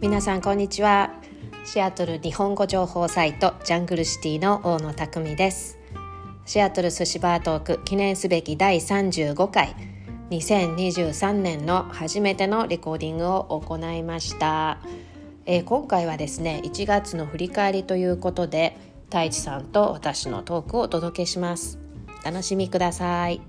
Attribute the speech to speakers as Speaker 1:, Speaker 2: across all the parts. Speaker 1: 皆さんこんにちはシアトル日本語情報サイトジャングルシティの大野匠ですシアトル寿司バートーク記念すべき第35回2023年の初めてのレコーディングを行いました、えー今回はですね1月の振り返りということで太一さんと私のトークをお届けしますお楽しみください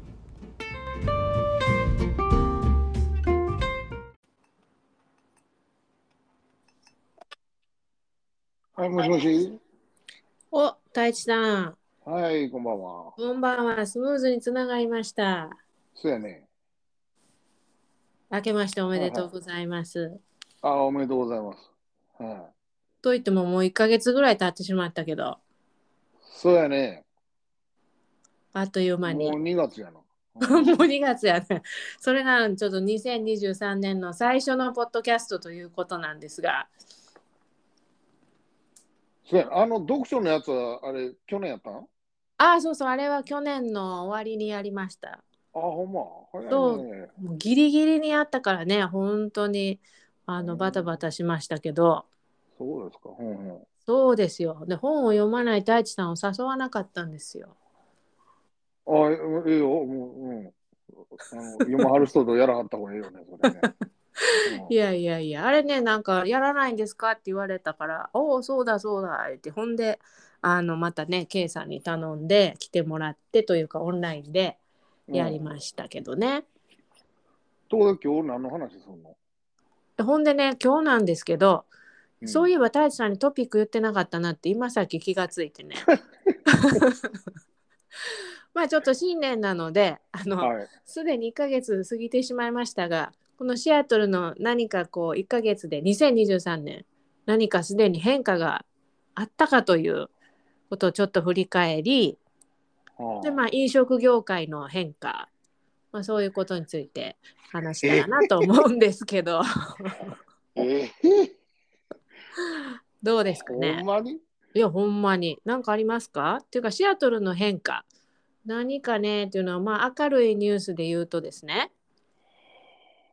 Speaker 2: はい、もしもし。
Speaker 1: お、太一さん
Speaker 2: はい、こんばんは。
Speaker 1: こんばんはスムーズにつながりました
Speaker 2: そうやね。
Speaker 1: 明けましておめでとうございます、
Speaker 2: あ、おめでとうございます。は
Speaker 1: と言ってももう1ヶ月ぐらい経ってしまったけど
Speaker 2: い。そうやね。
Speaker 1: あっという間に
Speaker 2: もう
Speaker 1: も
Speaker 2: 2月 やな。
Speaker 1: う2月やねそれがちょっと2023年の最初のポッドキャストということなんですが
Speaker 2: そうやね。あの、読書のやつは、あれ、去年やったんあ、
Speaker 1: ああそうそうあれは去年の終わりにやりました
Speaker 2: ほんま。早いね。
Speaker 1: そうもうギリギリにやったからね本当にあのバタバタしましたけど
Speaker 2: そうですか。うんうん。
Speaker 1: そうですよで本を読まない太一さんを誘わなかったんですよ
Speaker 2: あ、ええよ。もう、うん。あの読まはる人とやらはった方がいいよね、それ ね。
Speaker 1: いやいやいや、あれね、なんか、やらないんですかって言われたから、おお、そうだそうだ、って、ほんで、あの、またね、K さんに頼んで、来てもらってというか、オンラインでやり
Speaker 2: す。
Speaker 1: ましたけどね。
Speaker 2: ところで今日何の話すんの
Speaker 1: ほんでね、今日なんですけど、そう
Speaker 2: い
Speaker 1: いえば、太一さんにトピック言ってなかったなって、今さっき気がつい てね。まあ、ちょっと新年なので、あの、
Speaker 2: はい。
Speaker 1: すでに1ヶ月過ぎてしまいましたが、このシアトルの何かこう1ヶ月で2023年何かすでに変化があったかということをちょっと振り返り、
Speaker 2: はあ
Speaker 1: でまあ飲食業界の変化、まあ、そういうことについて話したらなと思うんですけど、
Speaker 2: ええ
Speaker 1: どうですか
Speaker 2: ほん
Speaker 1: ね。
Speaker 2: まに
Speaker 1: いやほんまに何かありますかっていうかシアトルの変化何かねっていうのはまあ明るいニュースで言うとですね、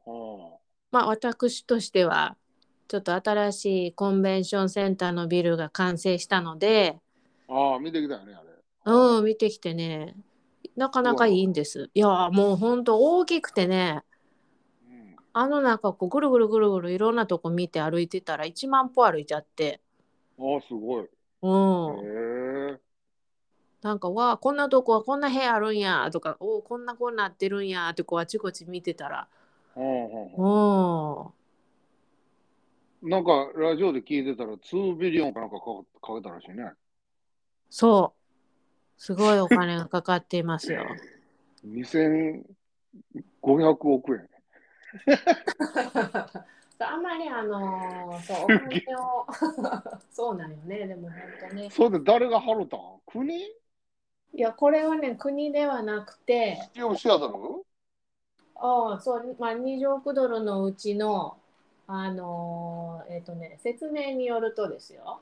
Speaker 2: は
Speaker 1: まあ、私としてはちょっと新しいコンベンションセンターのビルが完成したので、
Speaker 2: ああ、見てきたよね、あれ。
Speaker 1: うん、見てきてねなかなかいいんです。いやーもうほんと大きくてね
Speaker 2: うん。
Speaker 1: あの中こうぐるぐるぐるぐるいろんなとこ見て歩いてたら1万歩歩いちゃって、
Speaker 2: ああ、すごい。
Speaker 1: う
Speaker 2: へ
Speaker 1: ん、
Speaker 2: え。
Speaker 1: なんかわあこんなとこはこんな部屋あるんやとかおーこんなこんなってるんやってこうあちこち見てたら、
Speaker 2: うんうん
Speaker 1: う
Speaker 2: うん
Speaker 1: ん、
Speaker 2: なんかラジオで聞いてたら2ビリオンかなんかかかけたらしいね。
Speaker 1: そうすごいお金がかかっていますよ。
Speaker 2: 2500億円。
Speaker 1: そうあんまりあのーそうお金を そうなんよねでも本当ね
Speaker 2: それで誰が払ったん国
Speaker 1: いやこれはね国ではなくて
Speaker 2: シティオシアトル
Speaker 1: ああそう、まあ、20億ドルのうちのあのーえっ、とね説明によるとですよ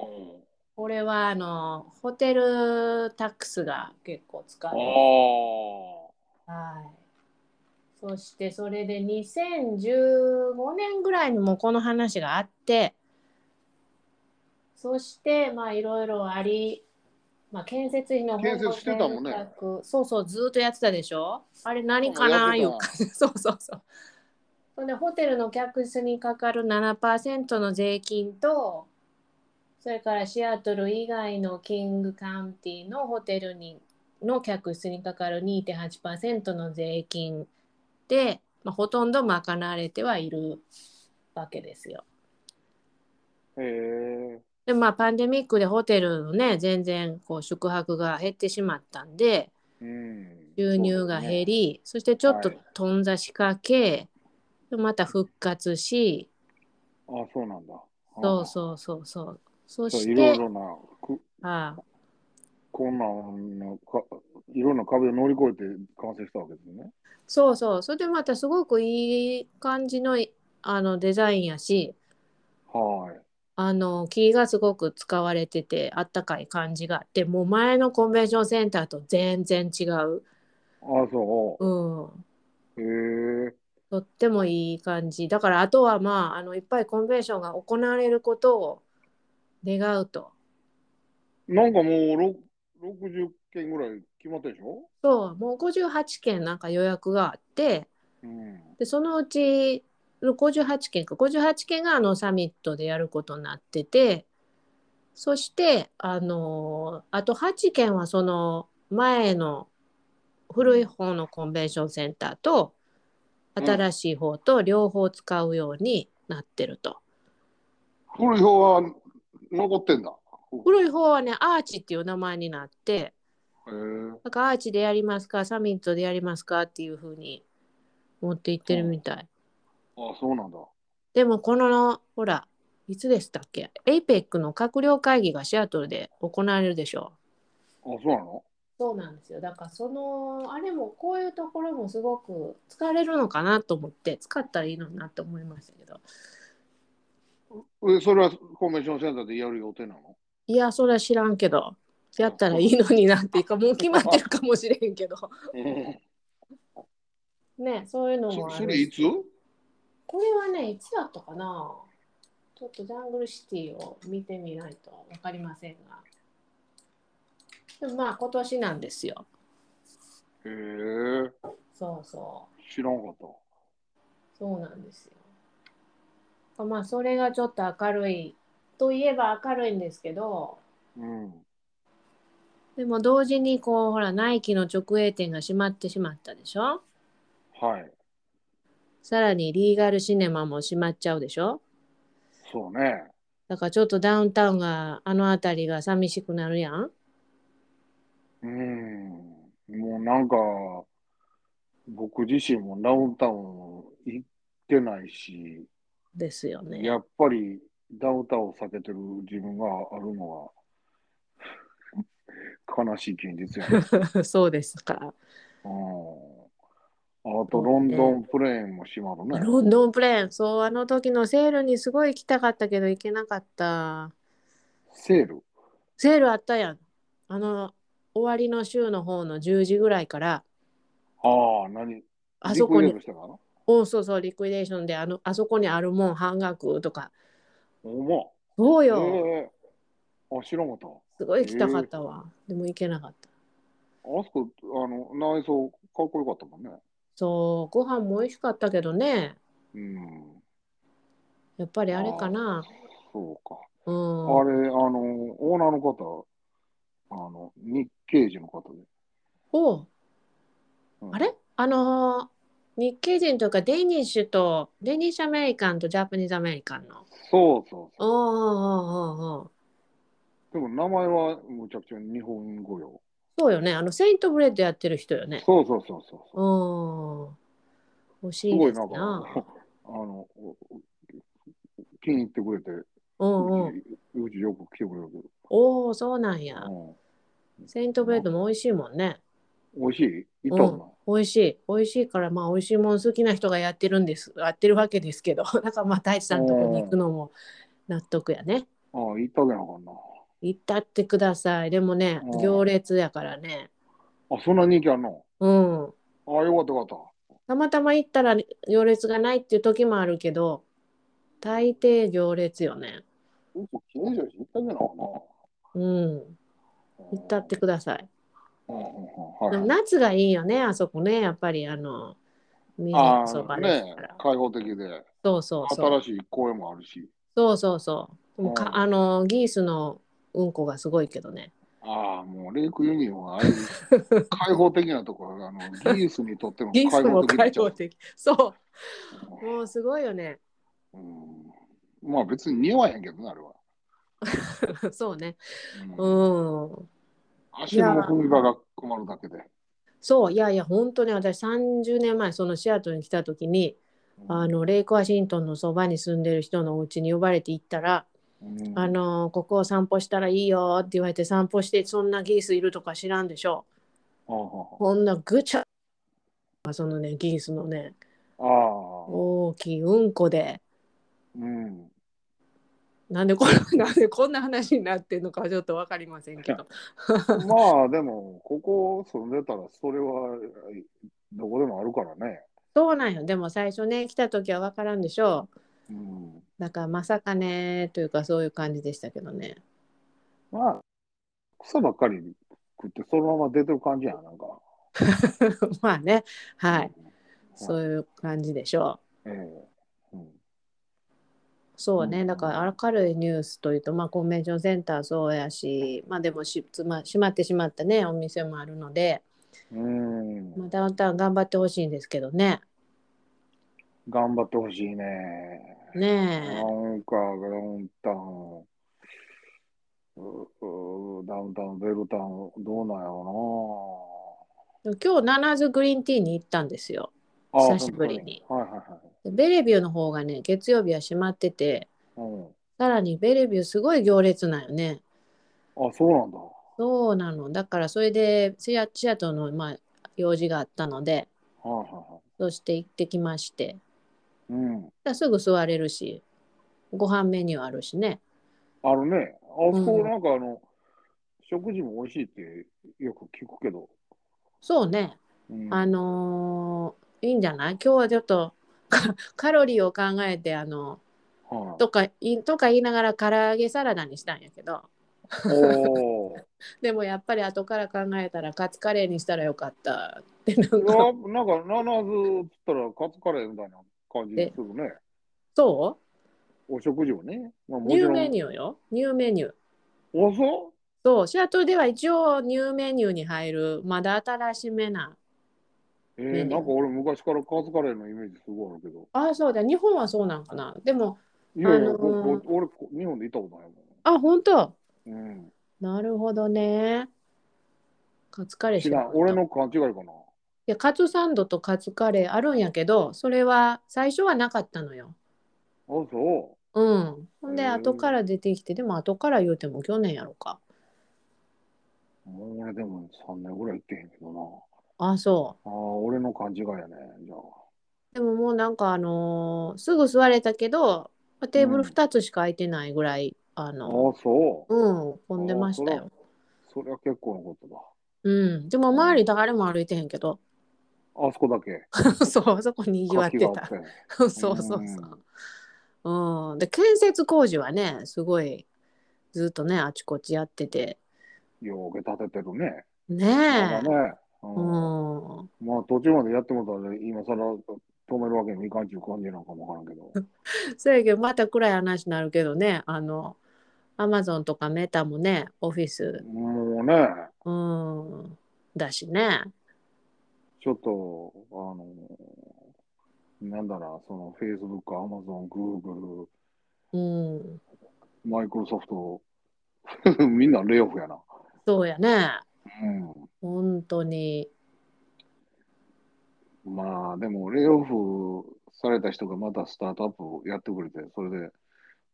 Speaker 2: うん。
Speaker 1: これはあのーホテルタックスが結構使
Speaker 2: あ
Speaker 1: っ
Speaker 2: あ。
Speaker 1: てはい。そしてそれで2015年ぐらいにもこの話があってそしてまあいろいろあり、まあ、建設費の
Speaker 2: 建設してたもんね
Speaker 1: 保護政策そうそうずーっとやってたでしょあれ何か
Speaker 2: やっ
Speaker 1: な
Speaker 2: て
Speaker 1: い
Speaker 2: た
Speaker 1: うか そうそうそう。それでホテルの客室にかかる7%の税金とそれからシアトル以外のキングカウンティのホテルにの客室にかかる2.8%の税金で、まあ、ほとんど賄われてはいるわけですよ。
Speaker 2: へえ。
Speaker 1: でまあパンデミックでホテルのね全然こう宿泊が減ってしまったんで
Speaker 2: うん。
Speaker 1: 収入が減りそ,、してちょっと
Speaker 2: はい
Speaker 1: 頓挫しかけ、また復活し
Speaker 2: そうだね。あそうなんだ。
Speaker 1: そうそうそうそうそ
Speaker 2: うん。そう
Speaker 1: し
Speaker 2: いろい
Speaker 1: て
Speaker 2: ろな、く
Speaker 1: ああ
Speaker 2: こんなんのか、いろんな壁を乗り越えて完成したわけですね。
Speaker 1: そうそうそれでまたすごくいい感じのあのデザインやし
Speaker 2: はい。
Speaker 1: あの木がすごく使われててあったかい感じがあってもう前のコンベンションセンターと全然違う、
Speaker 2: あそう。
Speaker 1: うん、
Speaker 2: へえ。
Speaker 1: とってもいい感じ。だからあとはまあ、あのいっぱいコンベンションが行われることを願うと。
Speaker 2: なんかもうろ60件ぐらい決まったでしょ
Speaker 1: そう、もう58件なんか予約があって、
Speaker 2: うん。
Speaker 1: でそのうち58件か58件があのサミットでやることになっててそしてあのあと8件はその前の古い方のコンベンションセンターと
Speaker 2: うん
Speaker 1: 新しい方と両方使うようになってると、
Speaker 2: 古い表は残ってんだ。
Speaker 1: 古い方はねアーチっていう名前になって
Speaker 2: へえ。
Speaker 1: なんかアーチでやりますかサミットでやりますかっていう風に持っていってるみたい、
Speaker 2: あ、そうなんだ。
Speaker 1: でもこのほらいつでしたっけ APEC の閣僚会議がシアトルで行われるでしょ
Speaker 2: あ、そうなの
Speaker 1: うそうなんですよだからそのあれもこういうところもすごく疲れるのかなと思って使ったらいいのになと思いましたけど
Speaker 2: えそれはコンベンションセンターでやる予定なの
Speaker 1: いやそれは知らんけどやったらいいのになっていうかもう決まってるかもしれんけど ねそういうのも
Speaker 2: そ
Speaker 1: あ
Speaker 2: そ
Speaker 1: る
Speaker 2: れいつ
Speaker 1: しこれはねいつだったかなちょっとジャングルシティを見てみないと分かりませんがでもまあ今年なんですよ
Speaker 2: へえ、
Speaker 1: そうそ
Speaker 2: 知らんかった。
Speaker 1: う、そうなんですよ。まあ、それがちょっと明るいといえば明るいんですけど、
Speaker 2: うん。
Speaker 1: でも同時にこう、ほら、ナイキの直営店が閉まってしまったでしょ
Speaker 2: はい。
Speaker 1: さらにリーガルシネマも閉まっちゃうでしょ
Speaker 2: そうね。
Speaker 1: だからちょっとダウンタウンが、あの辺りが寂しくなるやん。
Speaker 2: うん。もうなんか、僕自身もダウンタウン行ってないし、
Speaker 1: ですよね。
Speaker 2: やっぱりダウンタウンを避けてる自分があるのが悲しい現実やね。
Speaker 1: そうですか。
Speaker 2: うんあと、ロンドンプレーンも閉まるね。
Speaker 1: ロンドンプレーン、そう、あの時のセールにすごい行きたかったけど行けなかった。
Speaker 2: セール。
Speaker 1: セールあったやん。あの、終わりの週の方の10時ぐらいから、
Speaker 2: ああ、何
Speaker 1: あそこ
Speaker 2: リ
Speaker 1: に
Speaker 2: クエストしたかな
Speaker 1: おそうそう、リクイデーションで、あの、あそこにあるもん半額とか。
Speaker 2: おも。
Speaker 1: そう
Speaker 2: え
Speaker 1: よ。
Speaker 2: えあ、知らんかった。あ
Speaker 1: すごい行きたかったわ。でも行けなかった。
Speaker 2: そこ、あの、内装かっこよかったもんね。
Speaker 1: そう、ご飯も美味しかったけどね。
Speaker 2: うん。
Speaker 1: やっぱりあれかな。
Speaker 2: そうか。
Speaker 1: うん。
Speaker 2: あれ、あの、オーナーの方、あの、日系人の方で。
Speaker 1: おう
Speaker 2: うん
Speaker 1: あれあのー日系人というか、デニッシュと、デニッシュアメリカンとジャパニーズアメリカンの。
Speaker 2: そうそうそう
Speaker 1: おおうおうおうおう
Speaker 2: う。でも名前はむちゃくちゃ日本語よ。
Speaker 1: そうよね。あの、セイントブレッドやってる人よね。
Speaker 2: そうそうそうそう。
Speaker 1: うん。欲し
Speaker 2: す
Speaker 1: い
Speaker 2: ご
Speaker 1: で
Speaker 2: い
Speaker 1: す
Speaker 2: なんか、
Speaker 1: な。
Speaker 2: あの、おお気に入ってくれて、
Speaker 1: うんうん。
Speaker 2: うちうちよく来てくれるけ
Speaker 1: おお、そうなんや。
Speaker 2: ど、
Speaker 1: セイントブレッドも美味しいもんね。
Speaker 2: うん、美味しい行った
Speaker 1: うん
Speaker 2: こ、
Speaker 1: 美味しい。美味しいから、まあ、美味しいもん好きな人がやってるんです。やってるわけですけど、 だからまあ、大地さんのとこに行くのも納得やね。
Speaker 2: とない。ああ、行ったわけなあかんな。
Speaker 1: 行ったってください。でもね
Speaker 2: うん、
Speaker 1: 行列やからね。
Speaker 2: あ、そんな人気あんの
Speaker 1: うん。
Speaker 2: ああ、よかったよかった。
Speaker 1: たまたま行ったら行列がないっていう時もあるけど、大抵行列よね。
Speaker 2: うそ、近所に行ったんじゃないかな。
Speaker 1: うん。行ったってください。
Speaker 2: うんうんうん。はい。
Speaker 1: 夏がいいよね、あそこね。やっぱり、あの、み
Speaker 2: あ
Speaker 1: そ
Speaker 2: あ、
Speaker 1: ばです
Speaker 2: ね
Speaker 1: か
Speaker 2: え
Speaker 1: ら。
Speaker 2: 開放的で、
Speaker 1: そうそうそう。
Speaker 2: 新しい公園もあるし。
Speaker 1: そうそうそう。でも
Speaker 2: う
Speaker 1: か、
Speaker 2: ん
Speaker 1: あのギースのうんこがすごいけどね。
Speaker 2: ああ、もうレイクユニオンはああいう 開放的なところが、あの、ギースにとっても
Speaker 1: ギースも
Speaker 2: になっ
Speaker 1: 開
Speaker 2: ちゃ
Speaker 1: 放
Speaker 2: う。
Speaker 1: 的。そう。もうすごいよね。
Speaker 2: うん、まあ別に匂わへんけどな、あれは。
Speaker 1: そうね。う
Speaker 2: うん
Speaker 1: ん。
Speaker 2: 足の踏み場が困るだけで。
Speaker 1: そういやいや本当に私30年前そのシアトルに来た時にあのレイク・ワシントンのそばに住んでる人のお家に呼ばれて行ったら
Speaker 2: うん
Speaker 1: 「あのここを散歩したらいいよ」って言われて散歩してそんなギースいるとか知らんでしょ
Speaker 2: あ
Speaker 1: こんなぐちゃそのねギースのね
Speaker 2: あ、
Speaker 1: 大きいうんこで
Speaker 2: うん。
Speaker 1: なんでこん なんでこんな話になってんのかはちょっと分かりませんけど。
Speaker 2: まあでも、ここ住んでたら、それはどこでもあるからね。
Speaker 1: そうなんよでも最初ね来た時は分からんでしょ
Speaker 2: う
Speaker 1: う
Speaker 2: ん、
Speaker 1: だからまさかねというかそういう感じでしたけどね
Speaker 2: まあ、草ばっかり食って、そのまま出てる感じやな、なんか。
Speaker 1: まあねはい
Speaker 2: うん。
Speaker 1: そういう感じでしょ
Speaker 2: ええうん
Speaker 1: うそう
Speaker 2: う
Speaker 1: ね
Speaker 2: ん
Speaker 1: だから明るいニュースというとまあコンベンションセンターそうやしまあでもしつま閉まってしまったねお店もあるので、
Speaker 2: うん
Speaker 1: まあ、ダウンタウン頑張ってほしいんですけどね
Speaker 2: 頑張ってほしいね。な
Speaker 1: ね
Speaker 2: んか、ダウンタウン、ううダウンタウン、ベルタウン、どうなんやろ
Speaker 1: え今日ナナズグリーンティーに行ったんですよ
Speaker 2: うな。あ
Speaker 1: 久しぶりに。
Speaker 2: 本当はいはいはい。
Speaker 1: でベレビューの方がね月曜日は閉まってて
Speaker 2: う
Speaker 1: さらにベレビューすごい行列なんよね
Speaker 2: ん、あ、そうなんだ。
Speaker 1: そうなのだからそれでシアシアトルのまあ用事があったので
Speaker 2: はいはいはい。
Speaker 1: そして行ってきまして
Speaker 2: うん。
Speaker 1: だからすぐ座れるしご飯メニューあるしね
Speaker 2: あのね、あそこ
Speaker 1: うん
Speaker 2: なんかあの、食事も美味しいってよく聞くけど。
Speaker 1: そうね
Speaker 2: うん、
Speaker 1: あのーいいんじゃない今日はちょっとカカロリーを考えてあの
Speaker 2: はい、
Speaker 1: とかいとか言いながら唐揚げサラダにしたんやけど
Speaker 2: おー
Speaker 1: でもやっぱり後から考えたらカツカレーにしたらよかったってなん
Speaker 2: い
Speaker 1: か
Speaker 2: やなんか、ナナズっつったらカツカレーみたいな感じするね。
Speaker 1: そ
Speaker 2: お食事をね。まあ、
Speaker 1: う
Speaker 2: も
Speaker 1: ニ
Speaker 2: ち
Speaker 1: ュー
Speaker 2: ろん。
Speaker 1: メニューよニューメニュー
Speaker 2: おそ
Speaker 1: そうシアトルでは一応ニューメニューに入るまだ新しめな
Speaker 2: え
Speaker 1: メ
Speaker 2: ー、
Speaker 1: ニュー
Speaker 2: なんか俺昔からカツカレーのイメージすごいあるけど。
Speaker 1: あそうだ日本はそうなんかなでも
Speaker 2: いやいや、
Speaker 1: あのー
Speaker 2: ここ俺こ日本で行ったことない
Speaker 1: あ本当
Speaker 2: もん。うん。
Speaker 1: なるほどねカツカレー
Speaker 2: 違
Speaker 1: 知らん
Speaker 2: う
Speaker 1: か、った
Speaker 2: 俺の勘違いかな。
Speaker 1: いやカツサンドとカツカレーあるんやけどそれは最初はなかったのよ
Speaker 2: あ、そ
Speaker 1: うんほん
Speaker 2: へ
Speaker 1: で
Speaker 2: ー
Speaker 1: 後から出てきてでも後から言うても去年やろか
Speaker 2: う。もう俺でも3年ぐらい行ってへんけどな。
Speaker 1: あそう
Speaker 2: ああ、俺の勘違いやね。じゃあ。
Speaker 1: でももうなんかあのーすぐ座れたけどまあテーブル
Speaker 2: うん
Speaker 1: 2つしか空いてないぐらい、あ
Speaker 2: ああ
Speaker 1: の、
Speaker 2: そう。
Speaker 1: うん混んでました
Speaker 2: あ
Speaker 1: よ。
Speaker 2: それは結構なことだ。
Speaker 1: うん、でも周り誰も歩いてへんけど
Speaker 2: あそこだけ。
Speaker 1: そうそこにぎわって
Speaker 2: 活
Speaker 1: た
Speaker 2: 気があっ
Speaker 1: そうそうそうそう、うん、で建設工事はねすごいずっとねあちこちやってて
Speaker 2: てようけ立ててるね。
Speaker 1: ねえ、
Speaker 2: まだね。う。
Speaker 1: うんん、
Speaker 2: まあ途中までやってもたら、今更止めるわけにもいかんっていう感じなんかもわからんけど。
Speaker 1: そやけどまた暗い話になるけどねあのアマゾンとかメタもねオフィス、
Speaker 2: もうね、
Speaker 1: うん、だしね
Speaker 2: ちょっと、あの、なんだろう、その Facebook、Amazon、Google、
Speaker 1: うん
Speaker 2: マイクロソフト、 みんなレイオフやな。
Speaker 1: そうやね。
Speaker 2: うん。
Speaker 1: 本当に。
Speaker 2: まあでも、レイオフされた人がまたスタートアップをやってくれて、それで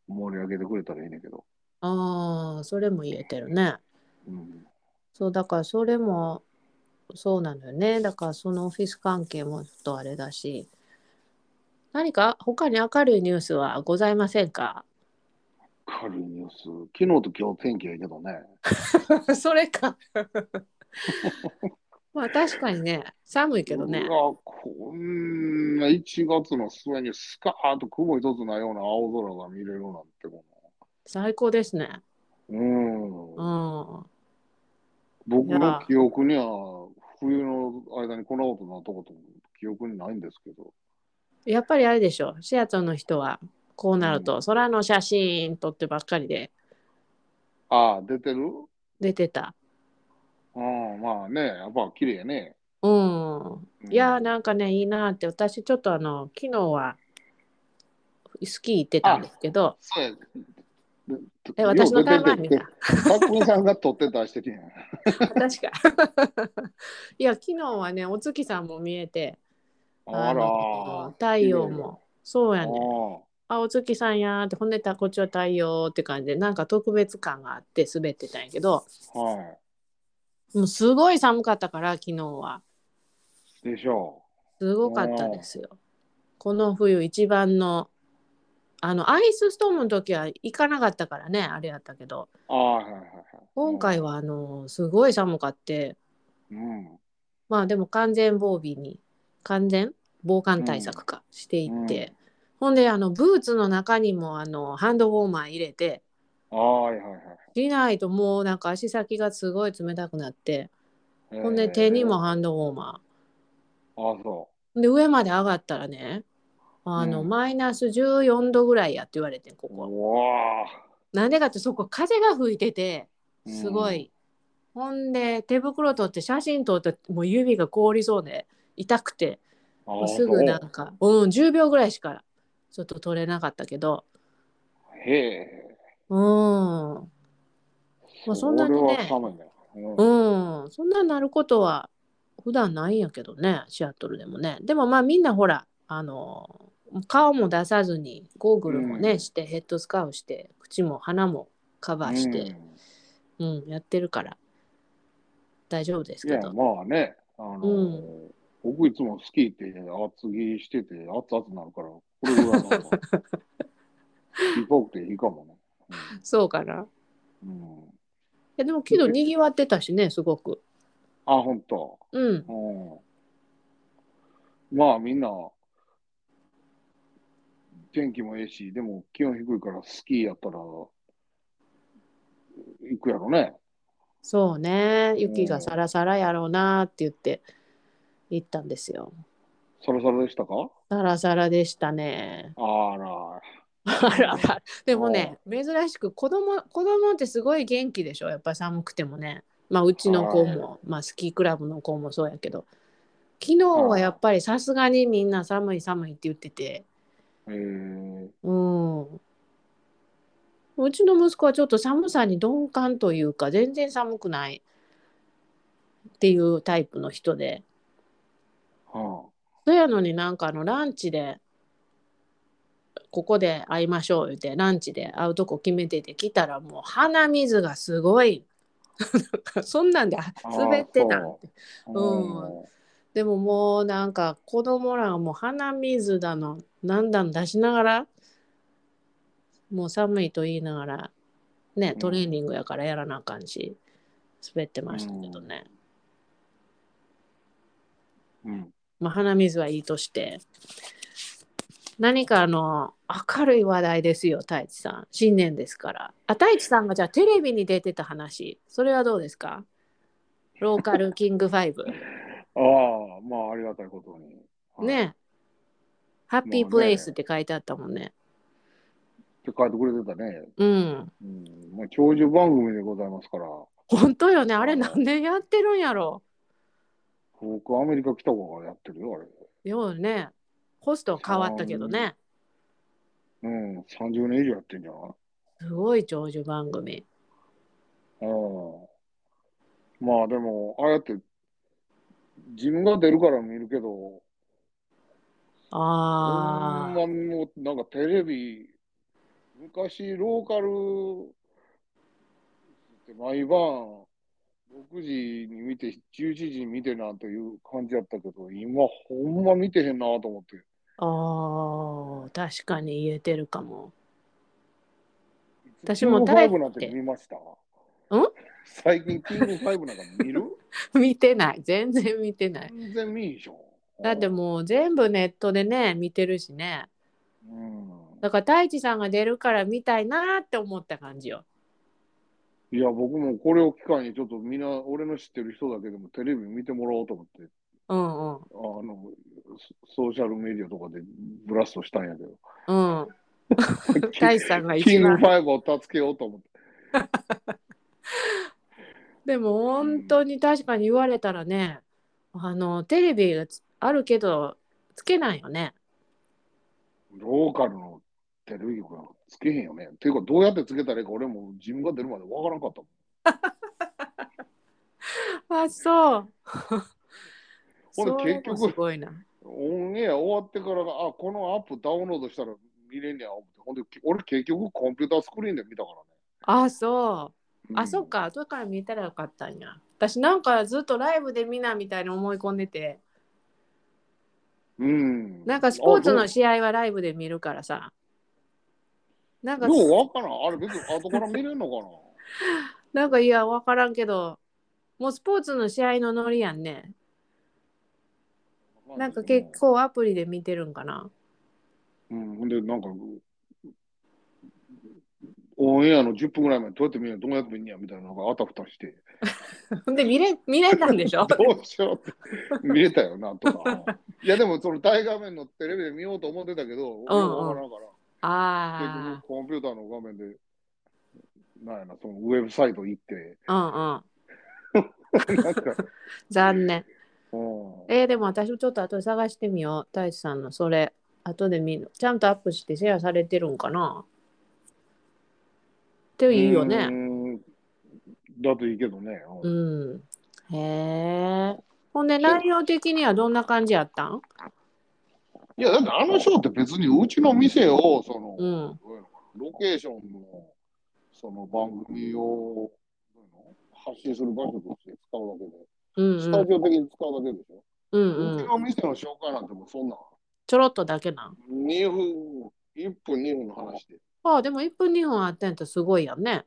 Speaker 2: 盛り上げてくれたらいいねんけど。
Speaker 1: ああ、それも言えてるね。
Speaker 2: うん。
Speaker 1: そう、だからそれも、そうなのよね。だからそのオフィス関係もちょっとあれだし。何か他に明るいニュースはございませんか
Speaker 2: 軽いニュース。昨日と今日天気やけどね。
Speaker 1: それか。 まあ確かにね、寒いけどね
Speaker 2: う。わ、こんな1月の末にスカーッと雲一つないような青空が見れるなんてこ
Speaker 1: 最高ですね。
Speaker 2: の。うん。
Speaker 1: うん。
Speaker 2: 僕
Speaker 1: いや
Speaker 2: の記憶には、冬の間にこんなことなったこと記憶にないんですけど。
Speaker 1: やっぱりあれでしょ。シアトルの人は、こうなると、空の写真撮ってばっかりで
Speaker 2: ああ、出てる
Speaker 1: 出てた。
Speaker 2: うん、まあね、やっぱ綺麗やね。
Speaker 1: うん。
Speaker 2: うん
Speaker 1: いやーなんかねいいなーって私ちょっとあの昨日はスキー行ってたんですけど
Speaker 2: そうや。
Speaker 1: え私の台湾見た
Speaker 2: た。たくみさんが撮ってたしてきやん。
Speaker 1: 確か いや昨日はねお月さんも見えて
Speaker 2: あら
Speaker 1: の太陽
Speaker 2: 綺麗
Speaker 1: もそうやね
Speaker 2: ー。
Speaker 1: あお月さんやーってほんでたこっちは太陽って感じでなんか特別感があって滑ってたんやけど
Speaker 2: ああは。
Speaker 1: もうすごい寒かったから昨日はい
Speaker 2: でしょ
Speaker 1: すごかったですよこの冬一番のあのアイスストームの時は行かなかったからねあれやったけど
Speaker 2: う。ああ、はいはいはい。
Speaker 1: 今回はあのすごい寒かって
Speaker 2: うん。
Speaker 1: まあでも完全防備に完全防寒対策かしていって、ほんであのブーツの中にもあのハンドウォーマー入れて
Speaker 2: ああ、はいはいはい。
Speaker 1: しないともうなんか足先がすごい冷たくなって
Speaker 2: えー
Speaker 1: ほんで手にも。ハンドウォーマ
Speaker 2: ああ、そ
Speaker 1: ーで上まで上がったらねあの、
Speaker 2: うん
Speaker 1: マイナス14度ぐらいやって言われてんこ
Speaker 2: う。
Speaker 1: こ
Speaker 2: うわ
Speaker 1: なんでかってそこ風が吹いてて
Speaker 2: うん
Speaker 1: すごい、ほんで手袋取って写真撮ってもう指が凍りそうで痛くて
Speaker 2: あ。あ
Speaker 1: もう
Speaker 2: あ
Speaker 1: すぐなんかうん10秒ぐらいしかちょっと取れなかったけど
Speaker 2: そうへえ。
Speaker 1: うんまあそんなに
Speaker 2: 俺
Speaker 1: ね
Speaker 2: は寒いね。うん
Speaker 1: うんそんななることは普段ないんやけどねシアトルでもねでもまあみんなほらあの顔も出さずにゴーグルもね、
Speaker 2: うん
Speaker 1: してヘッドスカーフして口も鼻もカバーして、うん、やってるから大丈夫です
Speaker 2: うんい
Speaker 1: け
Speaker 2: や、
Speaker 1: ど。
Speaker 2: まあね。あのー僕いつもスキーって厚着してて熱々なるから、これぐらいの方がっぽくていいかもね。
Speaker 1: そうかな。い
Speaker 2: うんうん
Speaker 1: やでもけどにぎわってたしねすごく。
Speaker 2: あ、ほんと。
Speaker 1: うん
Speaker 2: うん、まあみんな、天気もええし、でも気温低いからスキーやったら、行くやろね。
Speaker 1: そうね雪がさらさらやろうなって言って行ったんですよ。
Speaker 2: サラサラでしたか
Speaker 1: さらさらでしたね。
Speaker 2: あら。
Speaker 1: あらあらでもね珍しく子供子供ってすごい元気でしょやっぱり寒くてもね。まあうちの子も、まあ、スキークラブの子もそうやけど昨日はやっぱりさすがにみんな寒い寒いって言ってて。
Speaker 2: えー、
Speaker 1: うん。うちの息子はちょっと寒さに鈍感というか全然寒くないっていうタイプの人で
Speaker 2: は
Speaker 1: そやのになんかあのランチでここで会いましょう言ってランチで会うとこ決めてて来たらもう鼻水がすごい そんなんで滑ってた
Speaker 2: あー
Speaker 1: ん
Speaker 2: そあ、
Speaker 1: うんでももうなんか子供らはもう鼻水だのなんだの出しながらもう寒いと言いながらね
Speaker 2: うん
Speaker 1: トレーニングやからやらなあかんし滑ってましたけどね、
Speaker 2: うん。
Speaker 1: まあ、鼻水はいいとして何かあの明るい話題ですよ太一さん新年ですからあ太一さんがじゃあテレビに出てた話それはどうですかローカルキング5
Speaker 2: ああ、まあありがたいことに。はい
Speaker 1: ねハッピープレイスって書いてあったもんね
Speaker 2: って書いてくれてたね。
Speaker 1: うん
Speaker 2: うん。まあ長寿番組でございますから、
Speaker 1: 本当よねあれ何年やってるんやろ
Speaker 2: 僕アメリカ来た子がやってるよ、あれ。
Speaker 1: ようねホストは変わったけどね
Speaker 2: うん、30年以上やってんじゃない
Speaker 1: すごい長寿番組
Speaker 2: うんまあでも、ああやって、自分が出るから見るけど、
Speaker 1: あ
Speaker 2: ほ
Speaker 1: ー
Speaker 2: んまもうなんかテレビ、昔ローカルって毎晩6時に見て、11時に見てなという感じやったけど、今ほんま見てへんなと思って、
Speaker 1: あー確かに言えてるかも 私
Speaker 2: キ
Speaker 1: も
Speaker 2: ングフ
Speaker 1: 大
Speaker 2: ァイ
Speaker 1: 好
Speaker 2: ブなん
Speaker 1: き
Speaker 2: て見ました
Speaker 1: ん
Speaker 2: 最近キングファイブなんか見 る
Speaker 1: 見てない全然見てない
Speaker 2: 全然見んでしょ。
Speaker 1: だってもう全部ネットでね見てるしね
Speaker 2: うん
Speaker 1: だから太一さんが出るから見たいなーって思った感じよ
Speaker 2: いや、僕もこれを機会に、ちょっとみんな、俺の知ってる人だけでもテレビ見てもらおうと思って、
Speaker 1: うんうん
Speaker 2: あの、ソソーシャルメディアとかでブラストしたんやけ ど、
Speaker 1: うん太一さんが
Speaker 2: キ
Speaker 1: 一
Speaker 2: ング
Speaker 1: 番
Speaker 2: ファイブを助けようと思って。
Speaker 1: でも本当に確かに言われたらね、あのテレビがつあるけどつけないよね。
Speaker 2: ローカルのテレビ局なんかつけへんよね。っていうか、どうやってつけたらいいか、俺も自分が出るまでわからんかったもん。
Speaker 1: あそう。
Speaker 2: ほ
Speaker 1: そ
Speaker 2: ん
Speaker 1: う
Speaker 2: で
Speaker 1: いう
Speaker 2: 結
Speaker 1: の
Speaker 2: 局
Speaker 1: すごいな。
Speaker 2: オンエア終わってから、あ、このアップダウンロードしたら見れんねや、思って。ほんで、俺結局コンピュータースクリーンで見たからね。
Speaker 1: あそう。あ、
Speaker 2: うん
Speaker 1: そっ。か後から見たらよかったんや。私なんかずっとライブで見なみたいに思い込んでて
Speaker 2: うん。
Speaker 1: なんかスポーツ
Speaker 2: あ
Speaker 1: の試合はライブで見るからさなんか
Speaker 2: ようわからん。あれ別に後から見れんのか
Speaker 1: なんかいや分からんけどもうスポーツの試合のノリやんね
Speaker 2: まあ
Speaker 1: なんか結。構アプリで見てるんかな。
Speaker 2: うん、ほんで、なんか、オンエアの10分ぐらい前にどうやって見るのどうやって見るんやみたいなのがあたふたして、
Speaker 1: ほんで見れ見れたんで しょ
Speaker 2: どうしようって見れたよな、とか。いや、でもその大画面のテレビで見ようと思ってたけど、わからんから。結
Speaker 1: あ
Speaker 2: 局コンピューターの画面で、なんやな、そのウェブサイト行って、
Speaker 1: あ、うんうん。
Speaker 2: なんか、
Speaker 1: 残念。
Speaker 2: うん、
Speaker 1: えーでも私もちょっと後で探してみよう。大地さんのそれ。後で見る。ちゃんとアップしてシェアされてるんかなっていいよ
Speaker 2: う
Speaker 1: ね。
Speaker 2: ん。だといいけどね。
Speaker 1: う
Speaker 2: うん
Speaker 1: ん。へえ。ほんで内容的にはどんな感じやったん
Speaker 2: いや、だってあのショーって別にうちの店を、その、
Speaker 1: うん。
Speaker 2: どういうのかなロケーションの、その番組を、どういうの発信する場所として使うだけで、
Speaker 1: うん
Speaker 2: ス
Speaker 1: う
Speaker 2: タ
Speaker 1: ん。
Speaker 2: ジオ的に使うだけでしょ。
Speaker 1: うん
Speaker 2: う
Speaker 1: う
Speaker 2: ち
Speaker 1: ん。
Speaker 2: の店の紹介なんてもうそんな、
Speaker 1: ちょろっとだけなん。
Speaker 2: 2分、1分、2分の話で。
Speaker 1: ああ、でも1分2分あってんとすごいやんね。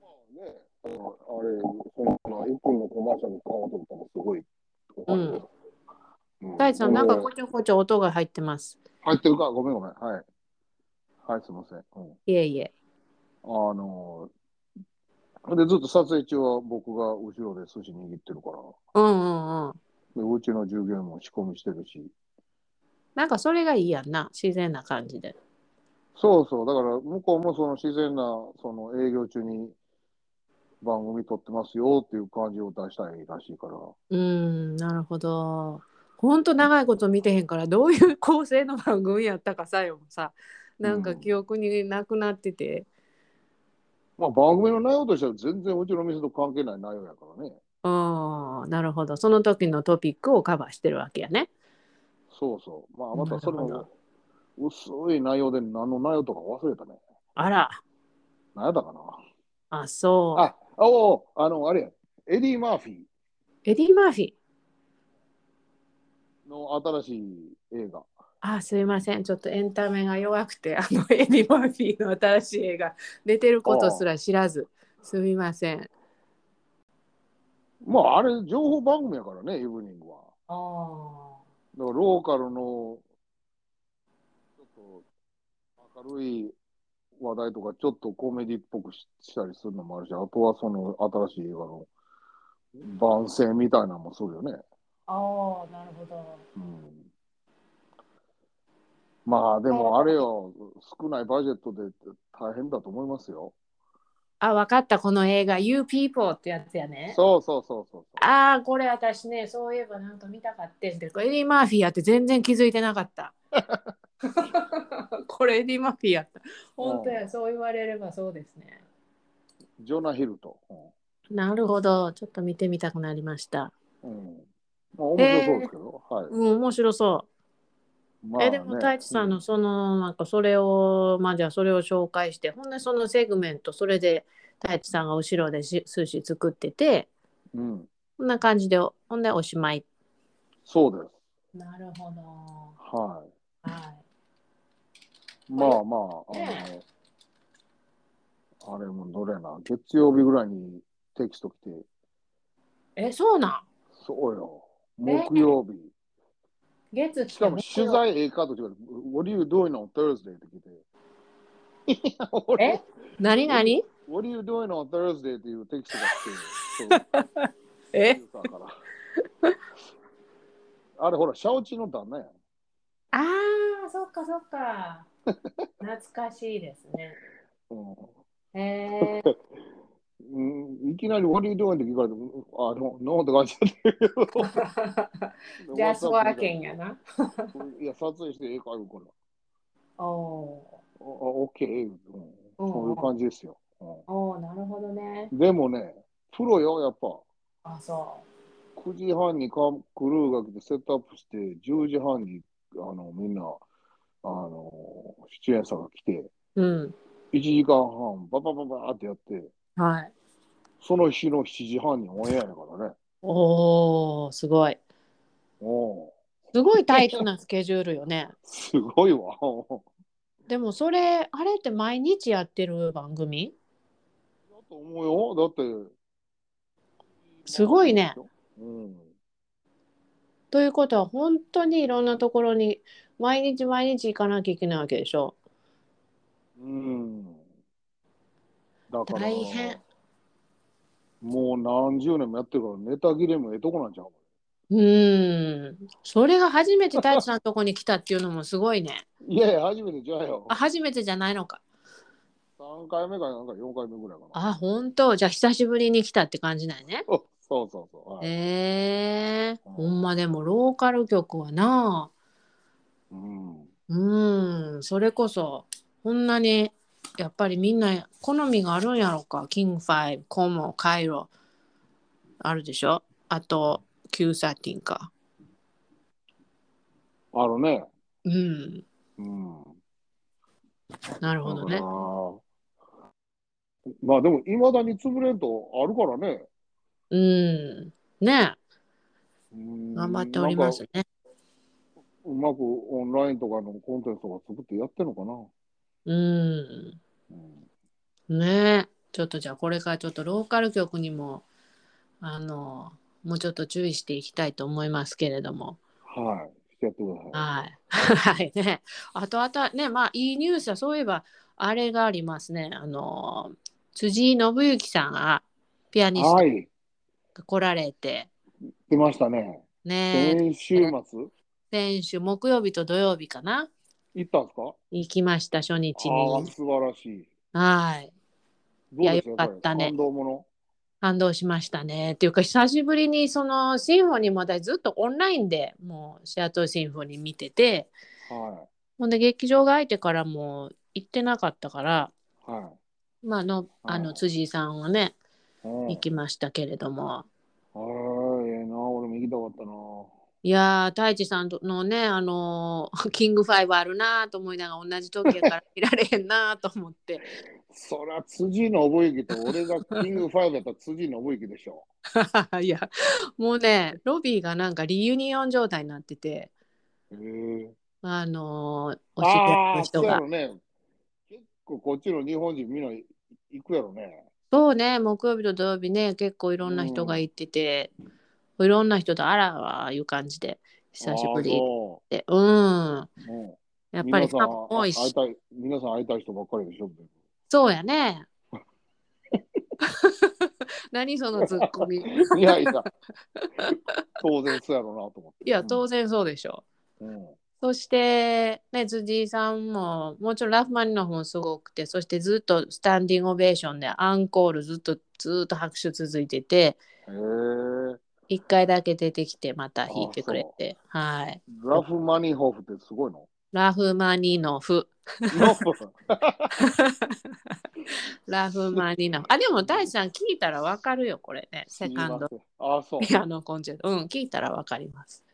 Speaker 2: まあね、あのあれ、その1分のコマーシャル買おうと思ったらすごい。うん
Speaker 1: 大地さん、なんかこちょこちょ音が入ってます。
Speaker 2: 入ってるか、ごめんごめん。はい。はい、すいません。うん
Speaker 1: いえいえ。
Speaker 2: あのーで、ずっと撮影中は僕が後ろで寿司握ってるから、
Speaker 1: うんうんうん。
Speaker 2: でうちの従業員も仕込みしてるし、
Speaker 1: なんかそれがいいやんな。自然な感じで。
Speaker 2: そうそう、だから向こうもその自然な、その営業中に番組撮ってますよっていう感じを出したいらしいから、
Speaker 1: うーん、なるほど。ほんと長いこと見てへんから、どういう構成の番組やったかさよもさ、なんか記憶になくなってて。
Speaker 2: まあ番組の内容としては全然うちの店と関係ない内容やからね。
Speaker 1: うん、なるほど。その時のトピックをカバーしてるわけやね。
Speaker 2: そうそう。まあまたそれ
Speaker 1: なる
Speaker 2: も薄い内容で何の内容とか忘れたね。
Speaker 1: あら、
Speaker 2: 何やったかな。
Speaker 1: あ、そう。
Speaker 2: あ、あおうおうあの、あれや。エディ・マーフィ
Speaker 1: エディ・マーフィー。
Speaker 2: ーの新しい映画。
Speaker 1: あ、すいません。ちょっとエンタメが弱くて、あの、 エディ・マーフィーの新しい映画、出てることすら知らず、すみません。
Speaker 2: まああれ、情報番組やからね、イブニングは。
Speaker 1: ああ。
Speaker 2: だからローカルの、ちょっと明るい話題とか、ちょっとコメディっぽくししたりするのもあるし、あとはその新しい映画の番宣みたいなのもするよね。
Speaker 1: ああ、なるほど。
Speaker 2: うんまあでもあれよ、少ないバジェットで大変だと思いますよ。
Speaker 1: あ、わかった。この映画、You People ってやつやね。
Speaker 2: そうそうそうそうそう。
Speaker 1: ああ、これ私ね、そういえばなんか見たかってんで、これエディ・マーフィーやって全然気づいてなか った。これエディ・マーフィーやった。本当
Speaker 2: う
Speaker 1: や、
Speaker 2: ん
Speaker 1: そう言われればそうですね。
Speaker 2: ジョナ・ヒルと。
Speaker 1: なるほど、ちょっと見てみたくなりました。
Speaker 2: うん。うんまあ、面白そうですけど、はい。
Speaker 1: うん、面白そ
Speaker 2: ま
Speaker 1: う。
Speaker 2: あね
Speaker 1: え、でも、太一さんのその、なんかそれを、まあじゃあそれを紹介して、ほんでそのセグメント、それで太一さんが後ろでし寿司作ってて、
Speaker 2: うん、うん
Speaker 1: こんな感じで、ほんでおしまい。
Speaker 2: そうです。
Speaker 1: なるほど。
Speaker 2: は
Speaker 1: はい。
Speaker 2: い。まあまあ、あの、
Speaker 1: ね
Speaker 2: あれもどれな、月曜日ぐらいにテキスト来て、
Speaker 1: え、そうなん
Speaker 2: そうよ、
Speaker 1: ね
Speaker 2: 木曜日。
Speaker 1: 月
Speaker 2: しかも取材ええかと違う。What are you doing on Thursday? って聞いて。いや、俺
Speaker 1: え何何
Speaker 2: What are you doing on Thursday? っていうテキストが来て。そう
Speaker 1: え
Speaker 2: ユーザーからあれほら、シャオチの旦那やん。
Speaker 1: ああ、そっかそっ か。懐かしいですね。
Speaker 2: う
Speaker 1: へえ。
Speaker 2: ん、うんいきなり What are you doing? って聞かれて、あ、の、のって感じだったけど。
Speaker 1: Just working やな。
Speaker 2: いや、撮影してええか言うから。
Speaker 1: おお
Speaker 2: あ、オッケー、うんそういう感じですよ、
Speaker 1: ー。おお、なるほどね
Speaker 2: う。んでもね、プロよ、やっぱ。
Speaker 1: あ、そ
Speaker 2: 9時半にかクルーが来てセットアップして、10時半にあのみんなあの出演者が来て、
Speaker 1: う。うん。
Speaker 2: 1時間半、ババババーってやって、
Speaker 1: はい。
Speaker 2: その日の7時半にオンエアやからね。
Speaker 1: おお、すごい。
Speaker 2: おう
Speaker 1: すごいタイトなスケジュールよね。
Speaker 2: すごいわ。 おう
Speaker 1: でもそれ、あれって毎日やってる番組
Speaker 2: だと思うよ。だって。
Speaker 1: すごいね。
Speaker 2: うん。
Speaker 1: ということは本当にいろんなところに毎日毎日行かなきゃいけないわけでしょ。
Speaker 2: うん。だから、
Speaker 1: 大変
Speaker 2: もう何十年もやってるから、ネタ切れもええとこなんちゃう
Speaker 1: うーん。それが初めて大地さんのとこに来たっていうのもすごいね。
Speaker 2: いやいや、初めてじゃあよ
Speaker 1: あ。初めてじゃないのか。
Speaker 2: 3回目かなんか4回目ぐらいかな。
Speaker 1: あ本当じゃあ久しぶりに来たって感じなんやね。
Speaker 2: そうそうそう。はい
Speaker 1: えー、ほんまでもローカル局はな
Speaker 2: うん。
Speaker 1: うーんそれこそこんなにやっぱりみんな好みがあるんやろかキングファイブコモカイロあるでしょあと913か
Speaker 2: あるね。
Speaker 1: うん
Speaker 2: うん。
Speaker 1: なるほど
Speaker 2: だ
Speaker 1: ね
Speaker 2: からまあでも、いまだに潰れんとあるからね。
Speaker 1: うんね
Speaker 2: うん
Speaker 1: 頑張っております。ね
Speaker 2: なんかうまくオンラインとかのコンテンツとか作ってやってるのかな。
Speaker 1: うん
Speaker 2: うん
Speaker 1: ねちょっとじゃあこれからちょっとローカル局にもあのもうちょっと注意していきたいと思いますけれども
Speaker 2: はい。してやってください。
Speaker 1: はい。 はいね。あとあとはね、まあいいニュースはそういえばあれがありますね。あの辻井信行さんがピアニスト
Speaker 2: はい。
Speaker 1: が来られて、
Speaker 2: 出ましたね。
Speaker 1: ね
Speaker 2: 先週末、
Speaker 1: 先週木曜日と土曜日かな
Speaker 2: 行ったんですか
Speaker 1: 行きました初日
Speaker 2: ああ、
Speaker 1: に。
Speaker 2: 素晴らしい。
Speaker 1: はい。
Speaker 2: どうで
Speaker 1: い
Speaker 2: す
Speaker 1: やよかったね
Speaker 2: 感動もの。
Speaker 1: 感動しましたね。っていうか久しぶりにそのシンフォニーも私ずっとオンラインでもうシアトルシンフォニー見てて、
Speaker 2: は
Speaker 1: ほんで劇場が空いてからもう行ってなかったから、
Speaker 2: い。は
Speaker 1: まあのあ
Speaker 2: は
Speaker 1: の
Speaker 2: い
Speaker 1: 辻井さんをね、
Speaker 2: い。うん
Speaker 1: 行きましたけれども、
Speaker 2: はい、ええな、俺も行きたかったない
Speaker 1: やー太一さんとのねあのー キングファイブあるなーと思いながら同じ時やから見られへんなーと思って
Speaker 2: そりゃ辻信之と俺がキングファイブやったら辻信之でしょ。
Speaker 1: いやもうねロビーがなんかリユニオン状態になってて
Speaker 2: へえ
Speaker 1: あのー、お知り合い
Speaker 2: あ
Speaker 1: の
Speaker 2: あ、そ
Speaker 1: 人
Speaker 2: うや
Speaker 1: が
Speaker 2: ろね。結構こっちの日本人みんな行くやろね。
Speaker 1: そうね木曜日と土曜日ね結構いろんな人が行ってて、いろんな人とあらわーいう感じで久しぶり
Speaker 2: ああ
Speaker 1: っ
Speaker 2: そ
Speaker 1: てうん
Speaker 2: ううん
Speaker 1: やっぱりファンも多い
Speaker 2: 皆さん会い
Speaker 1: した
Speaker 2: い、皆さん会いたい人ばっかりでしょ。
Speaker 1: そう やね 何そのツッコミ
Speaker 2: いやいや、当然そうやろうなと思って。
Speaker 1: いや当然そうでしょ
Speaker 2: うん
Speaker 1: う、そしてね辻井さんももちろんラフマニノフもすごくてそしてずっとスタンディングオベーションでアンコールずっとずっと拍手続いてて
Speaker 2: へえ
Speaker 1: 1回だけ出てきてまた弾いてくれてはい
Speaker 2: ラフマニホフってすごいの
Speaker 1: ラフマニノフ
Speaker 2: ノフ
Speaker 1: ラフマニノフあでも大地さん聞いたらわかるよこれねセカンド。
Speaker 2: ああ、そう。
Speaker 1: ピアノコンチェルト。うん、聞いたらわかります。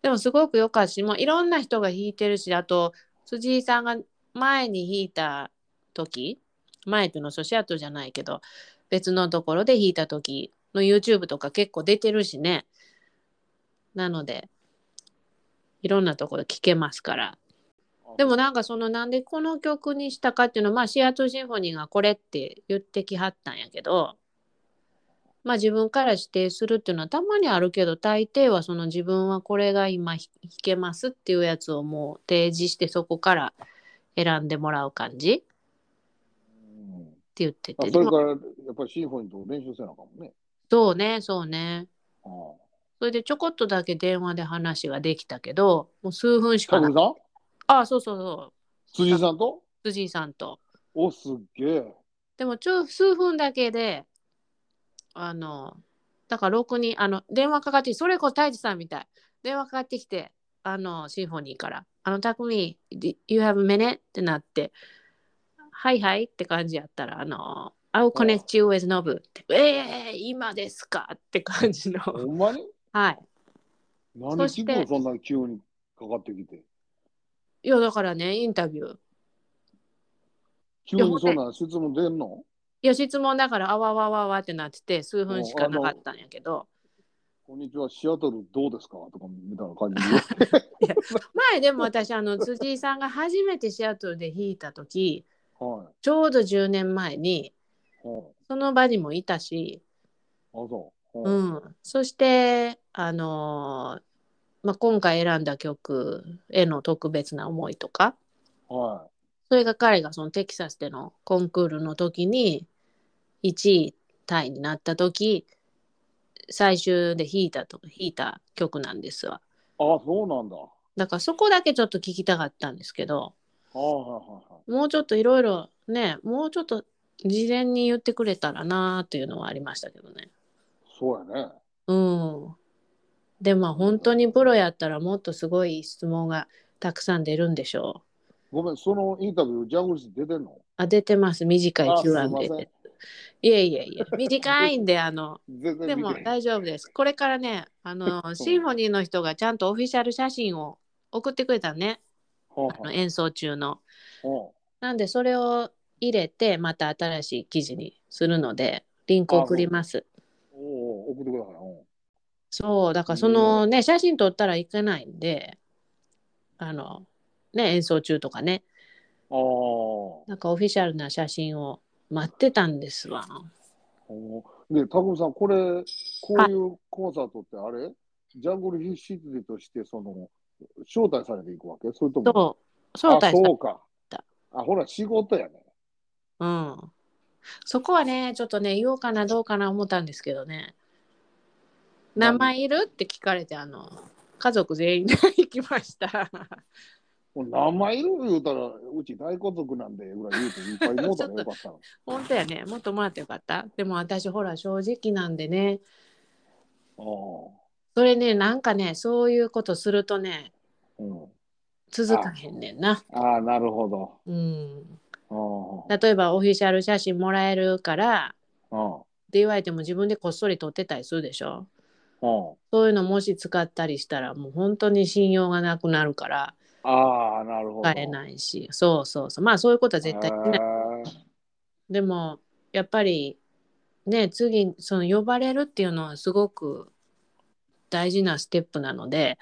Speaker 1: でもすごく良かったし、もういろんな人が弾いてるし、あと、辻井さんが前に弾いた時、前というのはソシアトルじゃないけど、別のところで弾いた時の YouTube とか結構出てるしね。なので、いろんなところ聞けますから。でもなんかそのなんでこの曲にしたかっていうのは、まあ、シアトルシンフォニーがこれって言ってきはったんやけど、まあ、自分から指定するっていうのはたまにあるけど大抵はその自分はこれが今ひ弾けますっていうやつをもう提示してそこから選んでもらう感じって
Speaker 2: うん
Speaker 1: 言って
Speaker 2: あ
Speaker 1: て
Speaker 2: それ
Speaker 1: でも
Speaker 2: から、やっぱりシンフォニーと練習せなあかんもんね。
Speaker 1: そうねそうね
Speaker 2: ああ
Speaker 1: それでちょこっとだけ電話で話ができたけどもう数分しか
Speaker 2: 拓
Speaker 1: な
Speaker 2: 海
Speaker 1: い
Speaker 2: さん
Speaker 1: ああそうそうそう
Speaker 2: 辻さんと
Speaker 1: 辻井さんと
Speaker 2: お、すっげえ。
Speaker 1: でもちょ数分だけであのだから6人あの電話かかってきそれこそ太一さんみたい電話かかってきてあのシンフォニーから「あの匠 do you have a minute?」ってなって「はいはい」って感じやったら「あの I'll connect you with Nob」って「ええー、今ですか?」って感じの
Speaker 2: ほんまに
Speaker 1: はい
Speaker 2: 何
Speaker 1: そ
Speaker 2: 聞
Speaker 1: し
Speaker 2: く
Speaker 1: て
Speaker 2: のそんな急にかかってきて。
Speaker 1: いやだからねインタビュー
Speaker 2: 急にそんな質問出んの
Speaker 1: いや質問だからあわわわわってなってて数分しかなかったんやけど
Speaker 2: こんにちは、シアトルどうですかとかみたいな感じ
Speaker 1: 前でも私あの辻井さんが初めてシアトルで弾いた時
Speaker 2: で。はい。
Speaker 1: ちょうど10年前に
Speaker 2: はい。
Speaker 1: その場にもいたし、
Speaker 2: あ、そう。
Speaker 1: う
Speaker 2: はい
Speaker 1: ん、そしてあのーまあ、今回選んだ曲への特別な思いとか
Speaker 2: は
Speaker 1: それが彼がそのテキサスでのコンクールの時に1位タイになった時最終で弾いたと弾いた曲なんですわ
Speaker 2: い。ああ、そうなんだ。は
Speaker 1: だからそこだけちょっと聞きたかったんですけど
Speaker 2: あ、はいはいはい。
Speaker 1: もうちょっといろいろねもうちょっと事前に言ってくれたらなっていうのはありましたけどね
Speaker 2: そうやね。
Speaker 1: うんでまあ本当にプロやったらもっとすごい質問がたくさん出るんでしょう
Speaker 2: ごめん、そのインタビュー、ジャングルス出てんの
Speaker 1: あ出てます短い
Speaker 2: あすい
Speaker 1: Q&A
Speaker 2: ません
Speaker 1: でいえいえいえ 短いんであの
Speaker 2: 全
Speaker 1: で
Speaker 2: 然見
Speaker 1: も
Speaker 2: てへん。
Speaker 1: 大丈夫です。これからね、あのシンフォニーの人がちゃんとオフィシャル写真を送ってくれたのね、
Speaker 2: は
Speaker 1: あの演奏中の。
Speaker 2: あは
Speaker 1: なんでそれを入れて、また新しい記事にするので、リンク送ります。
Speaker 2: あ、うんおうおう送ってください。うん
Speaker 1: そう、だからそのね、写真撮ったらいけないんで、あの、ね、演奏中とかね、
Speaker 2: ああ、ほ
Speaker 1: なんかオフィシャルな写真を待ってたんですわ。
Speaker 2: うで、たくみさん、これ、こういうコンサートってあれ、ジャングル必死でとして、その、招待されていくわけそれとも、
Speaker 1: そう、招待
Speaker 2: あ、
Speaker 1: され
Speaker 2: そうか
Speaker 1: た。
Speaker 2: あ、ほら、仕事やね。
Speaker 1: うん。そこはね、ちょっとね、言おうかな、どうかな思ったんですけどね。名前いるって聞かれて、あの、家族全員で行きました。
Speaker 2: もう名前いる言うたら、うち大家族なんで、ぐらい言うて、いっぱいもうたらよかったの。
Speaker 1: 本当やね、もっともらってよかった。でも私、ほら、正直なんでね、
Speaker 2: あ
Speaker 1: それね、なんかね、そういうことするとね、
Speaker 2: あ、うん。
Speaker 1: 続かへんねんな。
Speaker 2: ああ、なるほど。
Speaker 1: うん。
Speaker 2: あ
Speaker 1: 例えば、オフィシャル写真もらえるから、
Speaker 2: あ、ああ、
Speaker 1: って言われても自分でこっそり撮ってたりするでし
Speaker 2: う
Speaker 1: ょ。
Speaker 2: ん
Speaker 1: そういうのもし使ったりしたら、もう本当に信用がなくなるから、
Speaker 2: ああ、なるほど。
Speaker 1: 使えないし、そうそうそう。まあそういうことは絶対しない。
Speaker 2: へえ
Speaker 1: でもやっぱりね、次その呼ばれるっていうのはすごく大事なステップなので、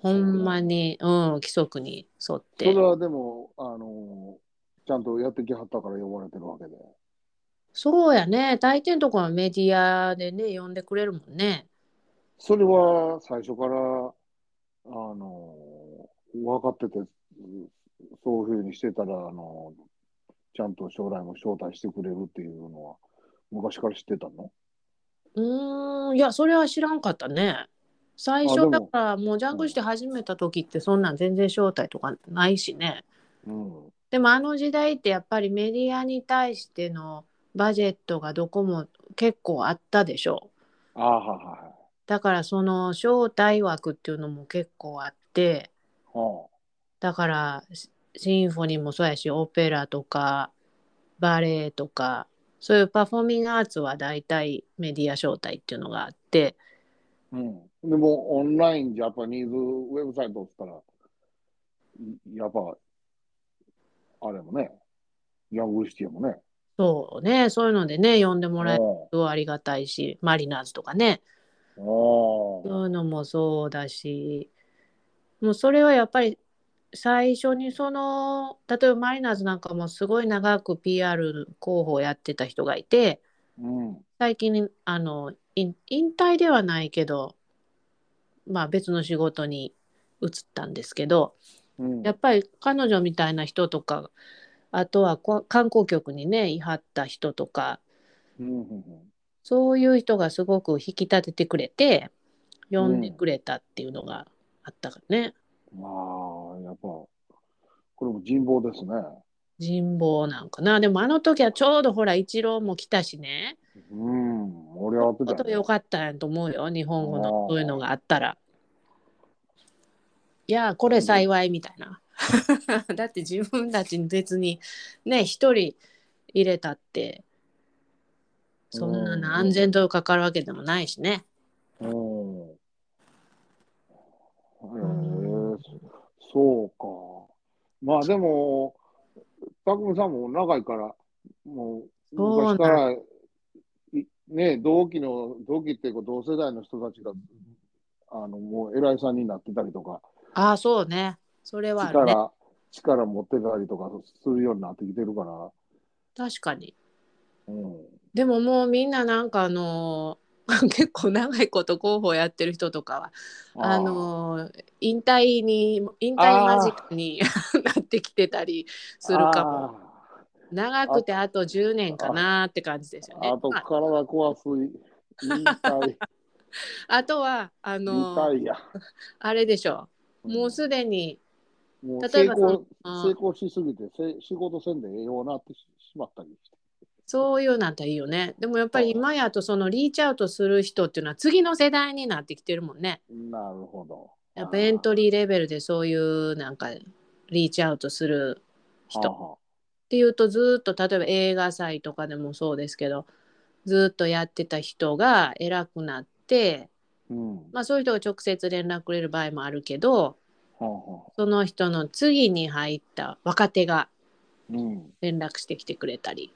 Speaker 1: ほんまに、うん、規則に沿っ
Speaker 2: そ
Speaker 1: て
Speaker 2: れ。はでも、あのちゃんとやってきはったから呼ばれてるわけで。
Speaker 1: そうやね、大抵のとこはメディアでね、呼んでくれるもんね。
Speaker 2: それは最初から、あの分かってて、そういうふうにしてたら、あのちゃんと将来も招待してくれるっていうのは、昔から知ってたの
Speaker 1: うーん、いや、それは知らんかったね。
Speaker 2: あ
Speaker 1: 最
Speaker 2: で
Speaker 1: 初
Speaker 2: も
Speaker 1: だからもうジャングして始めた時ってそんなん全然招待とかないしね。
Speaker 2: うん。
Speaker 1: でもあの時代ってやっぱりメディアに対してのバジェットがどこも結構あったでしょう
Speaker 2: ああ、はいはいはい。
Speaker 1: だからその招待枠っていうのも結構あって
Speaker 2: は
Speaker 1: だからシシンフォニーもそうやしオペラとかバレエとかそういうパフォーミングアーツは大体メディア招待っていうのがあって
Speaker 2: あうん、でも、オンラインジャパニーズウェブサイトって言ったら、やっぱ、あれもね、ヤングルシティもね。
Speaker 1: そうねそういうのでね呼んでもらえる
Speaker 2: お
Speaker 1: とありがたいしマリナーズとかねそういうのもそうだし、もうそれはやっぱり最初にその、例えばマリナーズなんかもすごい長く PR 広報をやってた人がいて、
Speaker 2: うん。
Speaker 1: 最近あの引引退ではないけど、まあ別の仕事に移ったんですけど、
Speaker 2: うん。
Speaker 1: やっぱり彼女みたいな人とか、あとはこ観光局にね、いはった人とか、
Speaker 2: うんうんうん
Speaker 1: そういう人がすごく引き立ててくれて、呼んでくれたっていうのがあったからね。
Speaker 2: まあ、やっぱ、これも人望ですね。
Speaker 1: 人望なんかなでもあの時はちょうどほら一郎も来たしね
Speaker 2: うん。俺は合って
Speaker 1: こと
Speaker 2: たね
Speaker 1: よかったんやと思うよ日本語
Speaker 2: あ
Speaker 1: の
Speaker 2: ー
Speaker 1: そういうのがあったらいやーこれ幸いみたいな だって自分たちに別にね一人入れたってそんな
Speaker 2: うん
Speaker 1: な安全度かかるわけでもないしね
Speaker 2: うん。へえ
Speaker 1: うん
Speaker 2: そうか。まあでも、たくみさんも長いから、もう、
Speaker 1: そうなん
Speaker 2: 昔から、いね、同期の、同期っていうか同世代の人たちが、あの、もう偉いさんになってたりとか、
Speaker 1: ああそうねそれはあるね
Speaker 2: 力、力持ってたりとかするようになってきてるから、
Speaker 1: 確かに
Speaker 2: うん。
Speaker 1: でももうみんななんかあのー 結構長いこと広報やってる人とかはあの引退に引退間近に なってきてたりするかも
Speaker 2: も。
Speaker 1: 長くてあと10年かなって感じですよね。
Speaker 2: あと
Speaker 1: まあ
Speaker 2: 体壊すい。引 退、
Speaker 1: あとはあ
Speaker 2: 引
Speaker 1: の
Speaker 2: 退や。
Speaker 1: あれでしょうもう
Speaker 2: う
Speaker 1: すでに
Speaker 2: んもう
Speaker 1: 例
Speaker 2: 成
Speaker 1: えばその
Speaker 2: 功
Speaker 1: うん
Speaker 2: 成功しすぎてせ仕事せんでええようなってししまったりして。
Speaker 1: そういうなんたらいいよねでもやっぱり今やとそのリーチアウトする人っていうのは次の世代になってきてるもんね
Speaker 2: なるほど。
Speaker 1: やっぱエントリーレベルでそういうなんかリーチアウトする人っ
Speaker 2: 人。
Speaker 1: ていうとずーっと例えば映画祭とかでもそうですけどずーっとやってた人が偉くなって、
Speaker 2: うん。
Speaker 1: まあ、そういう人が直接連絡くれる場合もあるけど
Speaker 2: はあはあ
Speaker 1: その人の次に入った若手が
Speaker 2: うん。
Speaker 1: 連絡してきてくれたり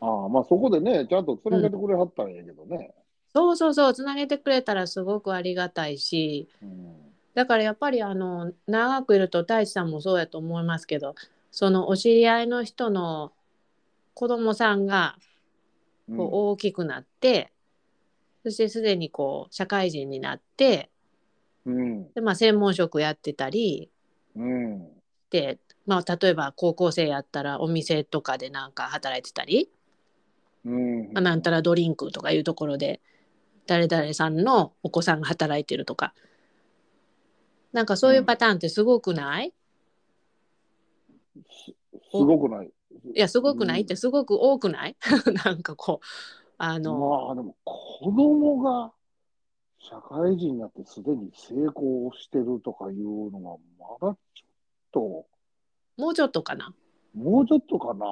Speaker 2: ああ、まあそこでね、ちゃんとつなげてくれはったんやけどね。
Speaker 1: そうそうそうつなげてくれたらすごくありがたいし
Speaker 2: うん。
Speaker 1: だからやっぱりあの長くいると太一さんもそうやと思いますけどそのお知り合いの人の子供さんが
Speaker 2: う
Speaker 1: こう
Speaker 2: ん
Speaker 1: 大きくなって、そしてすでにこう社会人になって
Speaker 2: うん。
Speaker 1: で、まあ、専門職やってたり
Speaker 2: うん。
Speaker 1: で、まあ、例えば高校生やったらお店とかでなんか働いてたり、
Speaker 2: うん。
Speaker 1: まあ、なんたらドリンクとかいうところで誰々さんのお子さんが働いてるとかなんかそういうパターンってすごくない、
Speaker 2: すごくない。
Speaker 1: いやすごくないっ
Speaker 2: う
Speaker 1: てすごく多くない なんかこうあ
Speaker 2: ま
Speaker 1: の、
Speaker 2: あでも子供が社会人になってすでに成功してるとかいうのはまだちょっ
Speaker 1: もうちょっとかな
Speaker 2: と、もうちょっとかな。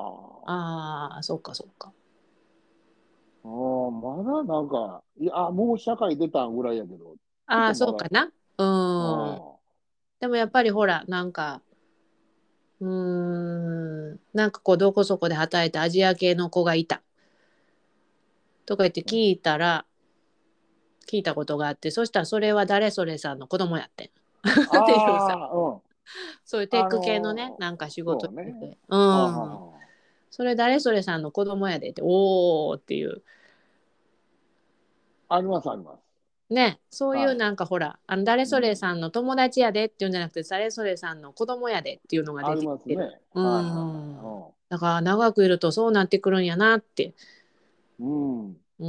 Speaker 2: あ
Speaker 1: あーそうかそうか
Speaker 2: あまだなんか、いや、もう社会出たぐらいやけど。
Speaker 1: ああ
Speaker 2: ちょ
Speaker 1: そ
Speaker 2: っとま
Speaker 1: うか
Speaker 2: だ
Speaker 1: なうん
Speaker 2: あ
Speaker 1: でもやっぱりほらなんかうーんなんかこうどこそこで働いたアジア系の子がいたとか言って聞いたら聞いたことがあってそしたらそれは誰それさんの子供やってん
Speaker 2: あ
Speaker 1: っていう
Speaker 2: あ
Speaker 1: さ
Speaker 2: あ、うん。
Speaker 1: そういうテック系のね、
Speaker 2: あのー
Speaker 1: なんか仕事
Speaker 2: そ
Speaker 1: し
Speaker 2: うね
Speaker 1: てて
Speaker 2: あ
Speaker 1: うん
Speaker 2: あ
Speaker 1: それ誰それさんの子供やでっておーっていう
Speaker 2: ありますあります。
Speaker 1: ねそうい
Speaker 2: は
Speaker 1: う
Speaker 2: い
Speaker 1: なんかほら、あの誰それさんの友達やでっていうんじゃなくて、誰それさんの子供やでっていうのが
Speaker 2: あり
Speaker 1: 出て
Speaker 2: ま
Speaker 1: き
Speaker 2: す
Speaker 1: て
Speaker 2: ね
Speaker 1: る、。うん
Speaker 2: はいは
Speaker 1: だから長くいるとそうなってくるんやなって
Speaker 2: いうん。うん
Speaker 1: う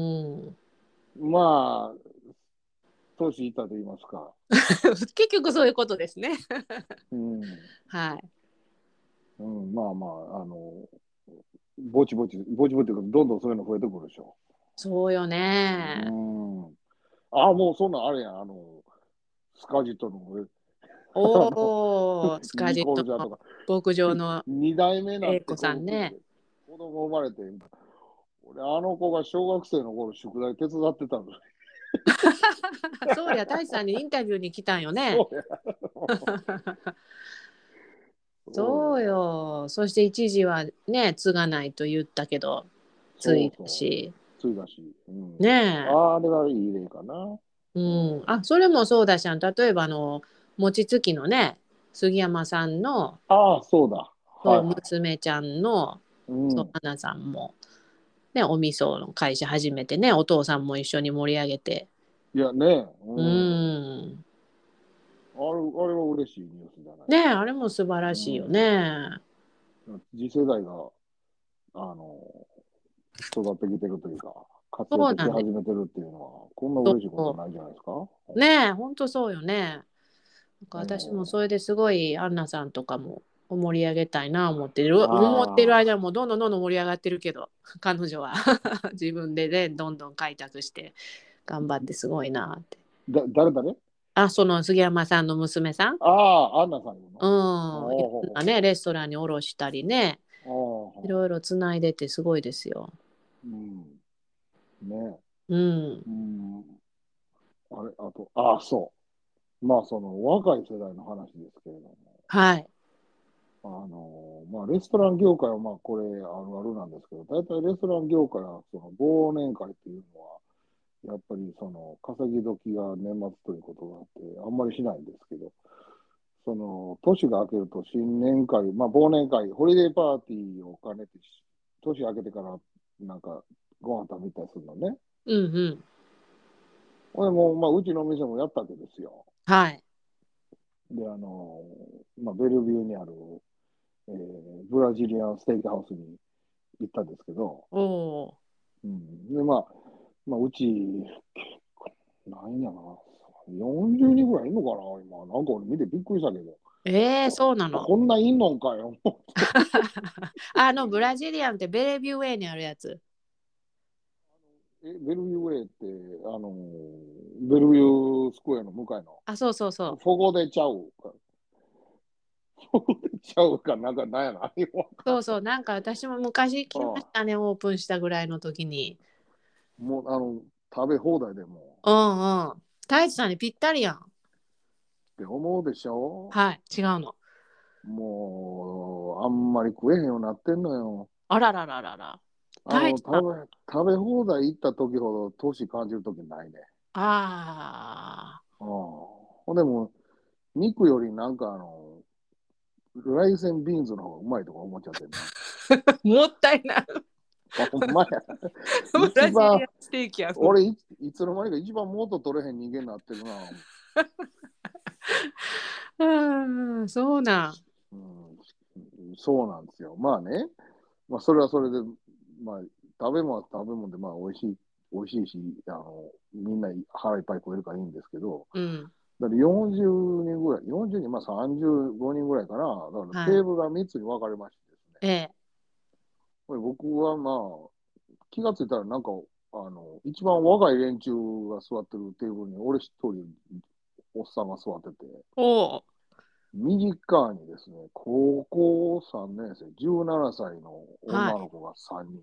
Speaker 1: ん、
Speaker 2: まあ、年いったと言いますか。
Speaker 1: 結局そういうことですね。
Speaker 2: うん。
Speaker 1: はい。
Speaker 2: うん、まあまあ、あの、ぼちぼち、ぼちぼちというか、どんどんそういうの増えてくるでしょ。
Speaker 1: そうよ
Speaker 2: う
Speaker 1: ね。
Speaker 2: ん。ああ、もうそんなんあれやん、あの、スカジットの
Speaker 1: おお、スカジ
Speaker 2: ニコ
Speaker 1: ッ
Speaker 2: ル
Speaker 1: ト
Speaker 2: ジャーと
Speaker 1: の
Speaker 2: か、
Speaker 1: 牧場の。
Speaker 2: 二代目なん
Speaker 1: 英子さんね。
Speaker 2: 子供生まれて、俺、あの子が小学生の頃、宿題手伝ってたの。
Speaker 1: そうや、大地さんにインタビューに来たんよ ね。
Speaker 2: そうや
Speaker 1: そうよ。そして一時はね、継がないと言ったけど、継いだし。
Speaker 2: そうそう。ついだし。うん、
Speaker 1: ねえ。
Speaker 2: あれがいい例かな。
Speaker 1: うん。あ、それもそうだし、あの例えばあの、餅つきのね、杉山さんの、
Speaker 2: ああ、そうだ。
Speaker 1: そう
Speaker 2: はい。
Speaker 1: 娘ちゃんの、
Speaker 2: うん
Speaker 1: そう、花さんも、ね、お味噌の会社始めてね、お父さんも一緒に盛り上げて、
Speaker 2: いやね、
Speaker 1: う
Speaker 2: あれ
Speaker 1: ん、
Speaker 2: あれは嬉しいニュースじゃない。
Speaker 1: ねあれも素晴らしいよね。
Speaker 2: 次世代が、あの、育ってきてるというか、活
Speaker 1: そう
Speaker 2: 躍
Speaker 1: な
Speaker 2: して
Speaker 1: んで
Speaker 2: 始
Speaker 1: す
Speaker 2: めてるっていうのは、こんな嬉しいことないじゃないですか。
Speaker 1: ねえ、ほんとそうよね。なんか私もそれですごい、アンナさんとかも盛り上げたいな思ってる。
Speaker 2: あー
Speaker 1: 思ってる間にもうどんどんどんどん盛り上がってるけど、彼女は 自分でね、どんどん開拓して、頑張ってすごいなって。
Speaker 2: だ誰誰
Speaker 1: あ、その杉山さんの娘さん、うん、
Speaker 2: ああ、アンナさんよ
Speaker 1: い
Speaker 2: な。
Speaker 1: ろんなね、レストランにおろしたりね。
Speaker 2: ああ
Speaker 1: いろいろつないでてすごいですよ。
Speaker 2: うん。ねう。
Speaker 1: うん
Speaker 2: ん。あれ、あと、ああ、そう。まあ、その若い世代の話ですけれども、
Speaker 1: はい。
Speaker 2: あの、まあ、レストラン業界は、まあ、これ、あるあるなんですけど、大体レストラン業界は、その忘年会っていうのは、やっぱりその稼ぎ時が年末ということがあって、あんまりしないんですけど、その年が明けると新年会、まあ、忘年会、ホリデーパーティーを兼ねてし、年明けてからなんかご飯食べたりするのね。
Speaker 1: うんうん。
Speaker 2: ほんでもう、まあ、うちのお店もやったわけですよ。
Speaker 1: はい。
Speaker 2: で、あの、まあ、ベルビューにある、えーブラジリアンステーキハウスに行ったんですけど、
Speaker 1: おお
Speaker 2: うん、で、まあ、まあ、うち、結構、なんやな、40人ぐらいいんのかな、今。なんか俺見てびっくりしたけど、
Speaker 1: ー。ええそうなの。
Speaker 2: こんないんのんかよ。
Speaker 1: あの、ブラジリアンってベレビューウェイにあるやつ。
Speaker 2: えベルビューウェイって、あの、ベルビュースクエアの向かいの、
Speaker 1: あ、そうそうそう。
Speaker 2: フォゴでちゃうか。フォゴでちゃうか、なんか、なんやな、今。
Speaker 1: そうそう。なんか私も昔来ましたね、オープンしたぐらいの時に。
Speaker 2: もう、あの、食べ放題でも
Speaker 1: うんうん。太一さんにぴったりや
Speaker 2: う、
Speaker 1: ん。
Speaker 2: って思うでしょ
Speaker 1: はい、違うの。
Speaker 2: もう、あんまり食えへんようになってんのよ。
Speaker 1: あららららら。
Speaker 2: あ
Speaker 1: 大
Speaker 2: の
Speaker 1: 地
Speaker 2: 食
Speaker 1: さん
Speaker 2: べ食べ放題行った時ほど年感じる時ないね。
Speaker 1: あ
Speaker 2: うん、ほんでも、肉よりなんかあの、ライセンビーンズの方がうまいとか思っちゃってん
Speaker 1: あ。 もったいない。
Speaker 2: の。ほんまや。
Speaker 1: ブ
Speaker 2: 一
Speaker 1: ラジリア
Speaker 2: 番
Speaker 1: ン、ステー キやん。
Speaker 2: 俺い、いつの間にか一番元取れへん人間になってるな。
Speaker 1: うん、そうなん。
Speaker 2: うん、そうなんですよ。まあね、まあ、それはそれで、まあ、食べ物は食べ物で、まあ、美味しい、美味しいし、あの、みんな腹いっぱい食えるからいいんですけど、
Speaker 1: うん。
Speaker 2: だって40人ぐらい、40人、まあ35人ぐらいかな、だから
Speaker 1: は
Speaker 2: テ
Speaker 1: い
Speaker 2: ーブルが3つに分かれましてですね、
Speaker 1: ええ。
Speaker 2: これ僕はまあ、気がついたら、なんか、あの、一番若い連中が座ってるテーブルに、俺一人、おっさんが座ってて、
Speaker 1: おお。
Speaker 2: 右側にですね、高校3年生、17歳の女の子が3人、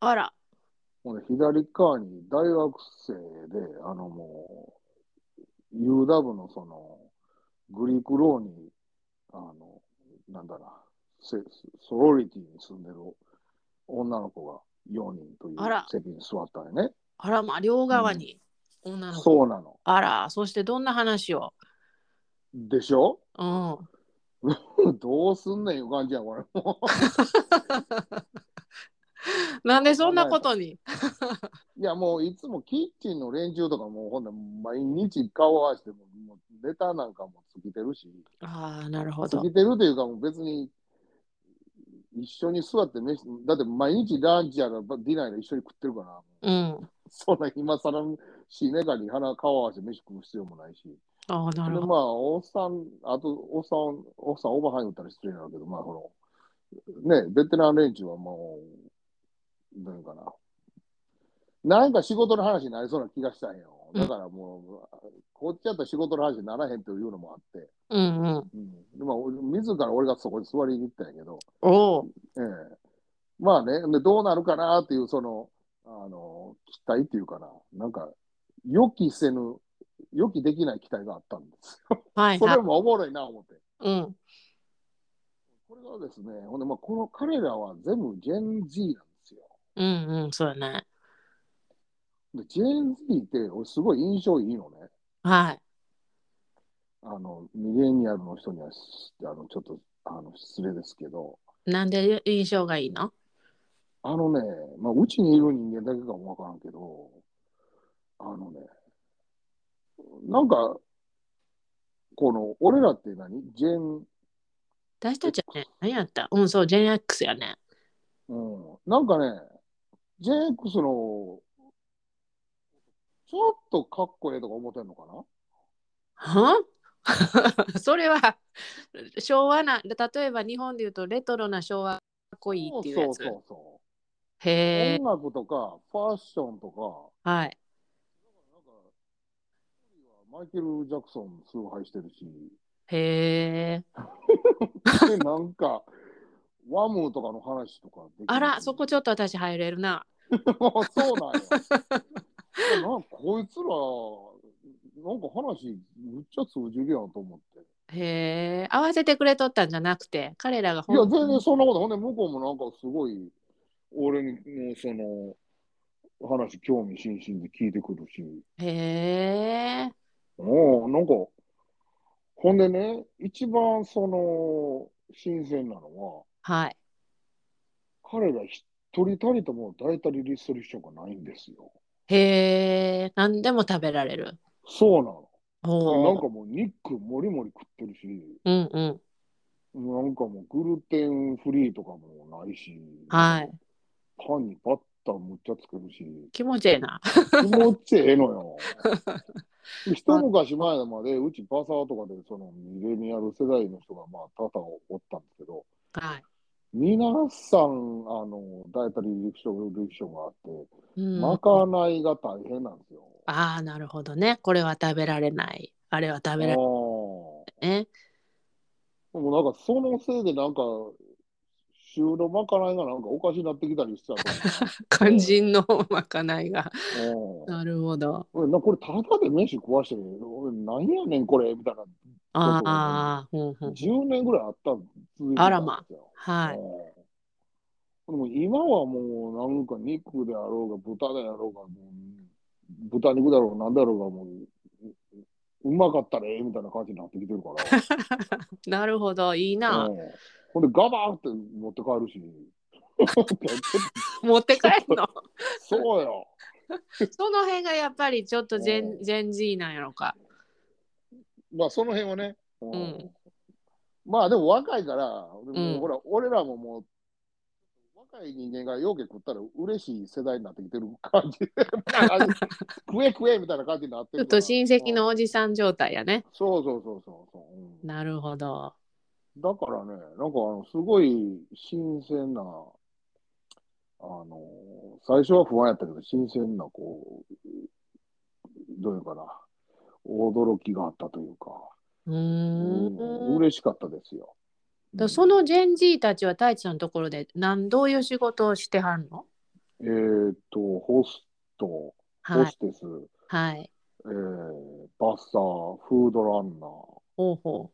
Speaker 1: あら。
Speaker 2: ほんで左側に大学生で、あのもう、UW のその、グリクローに、あの、なんだな、セソロリティに住んでる女の子が4人という
Speaker 1: あら
Speaker 2: 席に座ったんやね。
Speaker 1: あら、まあ、両側に。女の子。
Speaker 2: そうなの。
Speaker 1: あら、そしてどんな話を。
Speaker 2: でしょ
Speaker 1: うん。
Speaker 2: どうすんねんいう感じや、これ。もう
Speaker 1: なんでそんなことに。
Speaker 2: いや、もういつもキッチンの連中とかもうほんで、毎日顔合わせても、もうネタなんかも尽きてるし。
Speaker 1: ああ、なるほ
Speaker 2: 過
Speaker 1: ど。
Speaker 2: ぎてるというか、もう別に一緒に座って飯、だって毎日ランチやらばディナーやら一緒に食ってるから、
Speaker 1: うん。
Speaker 2: そんな今更しねかに鼻顔合わせて飯食う必要もないし、
Speaker 1: ああ、な
Speaker 2: で
Speaker 1: る
Speaker 2: ま
Speaker 1: ほど。
Speaker 2: あ、おっさん、あとおっさん、おっさん、オーバーハイ言ったら失礼なんだけど、まあ、この、ね、ベテラン連中はもう、なんかな、なんか仕事の話になりそうな気がしたんよ。だからもう、こっちやったら仕事の話にならへんというのもあって、
Speaker 1: うんうん。
Speaker 2: うん、でまあ、俺自ら俺がそこに座りに行ったんやけど、
Speaker 1: おお。
Speaker 2: ええまあね、でどうなるかなっていう、その、あの、期待っていうかな、なんか、予期せぬ、予期できない期待があったんですよ。
Speaker 1: はい
Speaker 2: そ
Speaker 1: は
Speaker 2: れ
Speaker 1: い。
Speaker 2: もおもろいな、思って。
Speaker 1: うん。
Speaker 2: これがですね、ほんで、まあ、この彼らは全部ジェン Z なんですよ。
Speaker 1: うんうん、そうだね。
Speaker 2: で、ジェン Z って、俺すごい印象いいのね。
Speaker 1: はい。
Speaker 2: あの、ミレニアルの人には、あの、ちょっと、あの、失礼ですけど、
Speaker 1: なんで印象がいいの
Speaker 2: あのね、まあ、うちにいる人間だけかもわからんけど、あのね、なんか、この、俺らって何ジェン、
Speaker 1: 私たちはね、何やったうん、そう、ジェン X やね。
Speaker 2: うん、なんかね、ジェン X の、ちょっとかっこええとか思ってんのかな
Speaker 1: は それは昭和な例えば日本でいうとレトロな昭和かっこいいっていうやつ
Speaker 2: そうそうそう。
Speaker 1: へえ
Speaker 2: 音楽とか、ファッションとか、
Speaker 1: はい
Speaker 2: なんか、マイケル・ジャクソン崇拝してるし、
Speaker 1: へえ
Speaker 2: で、なんか、ワムとかの話とかできるし
Speaker 1: あらそこちょっと私入れるな
Speaker 2: あ そうなんや。なんかこいつら、なんか話、むっちゃ通じるやんと思って。
Speaker 1: へえ合わせてくれとったんじゃなくて彼らが
Speaker 2: いや、
Speaker 1: ん
Speaker 2: 全然そんなこと、ほんで、向こうもなんかすごい、俺にもうその、話、興味津々で聞いてくるし、
Speaker 1: へえ
Speaker 2: おなんか、ほんでね、一番その、新鮮なのは、
Speaker 1: はい
Speaker 2: 彼ら一人たりとも大体リストリクションがないんですよ。
Speaker 1: へえ、何でも食べられる。
Speaker 2: そうなの。なん
Speaker 1: おお。
Speaker 2: かもう肉もりもり食ってるし、
Speaker 1: うんうん。
Speaker 2: なんかもうグルテンフリーとかもないし、
Speaker 1: はい。
Speaker 2: パンにバッターむっちゃつけるし、
Speaker 1: 気持ちいいな。
Speaker 2: 気持ちええの よ。一昔前まで、うちバサーとかで、そのミレニアル世代の人が、まあ、多々おったんですけど、
Speaker 1: はい。
Speaker 2: 皆さん、あの、ダイエタリーリクション、リクションがあって、
Speaker 1: うん、
Speaker 2: まかないが大変なんですよ。
Speaker 1: ああ、なるほどね。これは食べられない。あれは食べられな
Speaker 2: ああ
Speaker 1: いね。
Speaker 2: でもなんかそのせいでなんか、週のまかないがなんかおかしになってきたり して
Speaker 1: 肝心のまかないが。
Speaker 2: たと思ううん
Speaker 1: なるほど。
Speaker 2: 俺なこれただで飯食わして、俺なんやねんこれみたいな、
Speaker 1: ああ、うんうん。
Speaker 2: 10年ぐらいあった続いて
Speaker 1: あ
Speaker 2: た
Speaker 1: ら
Speaker 2: ん
Speaker 1: ま
Speaker 2: ですよ。
Speaker 1: はい。
Speaker 2: うんでも今はもうなんか肉であろうが豚であろうがもう豚肉だろうが何だろうがもうううまかったらええみたいな感じになってきてるから、
Speaker 1: なるほど。いい な。
Speaker 2: うんほんでガバーって持って帰るし
Speaker 1: 持って帰るの。
Speaker 2: そうよ
Speaker 1: その辺がやっぱりちょっとジェ
Speaker 2: う
Speaker 1: ンジェンジーなんやろか。
Speaker 2: まあその辺はね、うん
Speaker 1: うん
Speaker 2: まあでも若いからでも
Speaker 1: うん
Speaker 2: ほら俺らももう若い人間がようけ食ったら嬉しい世代になってきてる感 じ食え食えみたいな感じになって
Speaker 1: ちょ
Speaker 2: る
Speaker 1: っ
Speaker 2: か
Speaker 1: と
Speaker 2: ら
Speaker 1: 親戚のおじさん状態やね。
Speaker 2: そうそうそうそうそう、うん
Speaker 1: なるほど。
Speaker 2: だからね、なんかあの、すごい新鮮な、あの、最初は不安やったけど、新鮮な、こう、どういうかな、驚きがあったというか、
Speaker 1: う
Speaker 2: う
Speaker 1: ーん。
Speaker 2: 嬉しかったですよ。
Speaker 1: だそのジェンジーたちは太一さんのところで何どういう仕事をしてはんの
Speaker 2: えーっと、ホスト、ホ
Speaker 1: はい
Speaker 2: ステス、
Speaker 1: はい。
Speaker 2: えーバッサー、フードランナー、
Speaker 1: ほうほ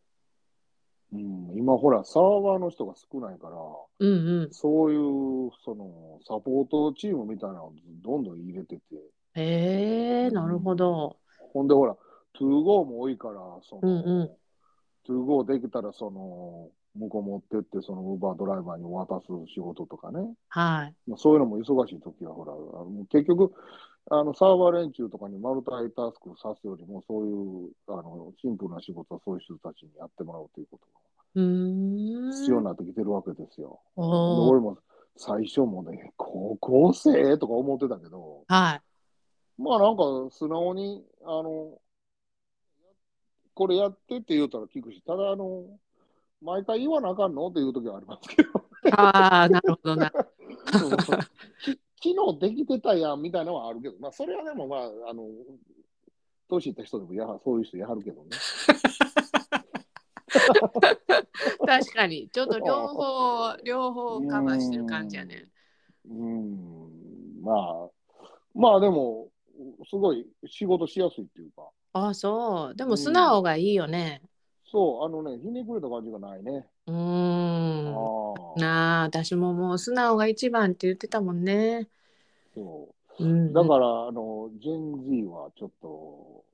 Speaker 2: うん、今ほら、サーバーの人が少ないから、
Speaker 1: う。うんうん。
Speaker 2: そういう、その、サポートチームみたいなのをどんどん入れてて、
Speaker 1: へえ、なるほど。
Speaker 2: ほんでほら、2ゴーも多いから、その、
Speaker 1: うんうん
Speaker 2: 2ゴーできたら、その、向こう持ってって、その、ウーバードライバーに渡す仕事とかね。
Speaker 1: はい。
Speaker 2: まあ、そういうのも忙しい時は、ほら、あの結局、あの、サーバー連中とかにマルタイタスクさすよりも、そういう、あの、シンプルな仕事はそういう人たちにやってもらうということ
Speaker 1: う
Speaker 2: が必要
Speaker 1: ー
Speaker 2: に
Speaker 1: ん。
Speaker 2: なってきてるわけですよ。で
Speaker 1: お
Speaker 2: 俺
Speaker 1: お。
Speaker 2: も最初もね、高校生とか思ってたけど、
Speaker 1: は
Speaker 2: まあなんか素直に、あの、これやってって言うたら聞くし、ただあの、毎回言わなあかんのっていう時はありますけど、
Speaker 1: い。ああ、なるほどな。
Speaker 2: き昨日できてたやんみたいなのはあるけど、まあそれはでもまあ、あの、年いった人でもやはそういう人やはるけどね。
Speaker 1: 確かに。ちょっと両方、 両方カバーしてる感じやね。
Speaker 2: うん、まあ、まあでも、すごい仕事しやすいっていうか、
Speaker 1: ああ、そう。でも素直がいいよね。
Speaker 2: そう、あのね、ひねくれた感じがないね。ああ
Speaker 1: うーん。なあ、私ももう素直が一番って言ってたもんね。
Speaker 2: そう
Speaker 1: うん、
Speaker 2: だから、あの、ジェン・ジーはちょっと、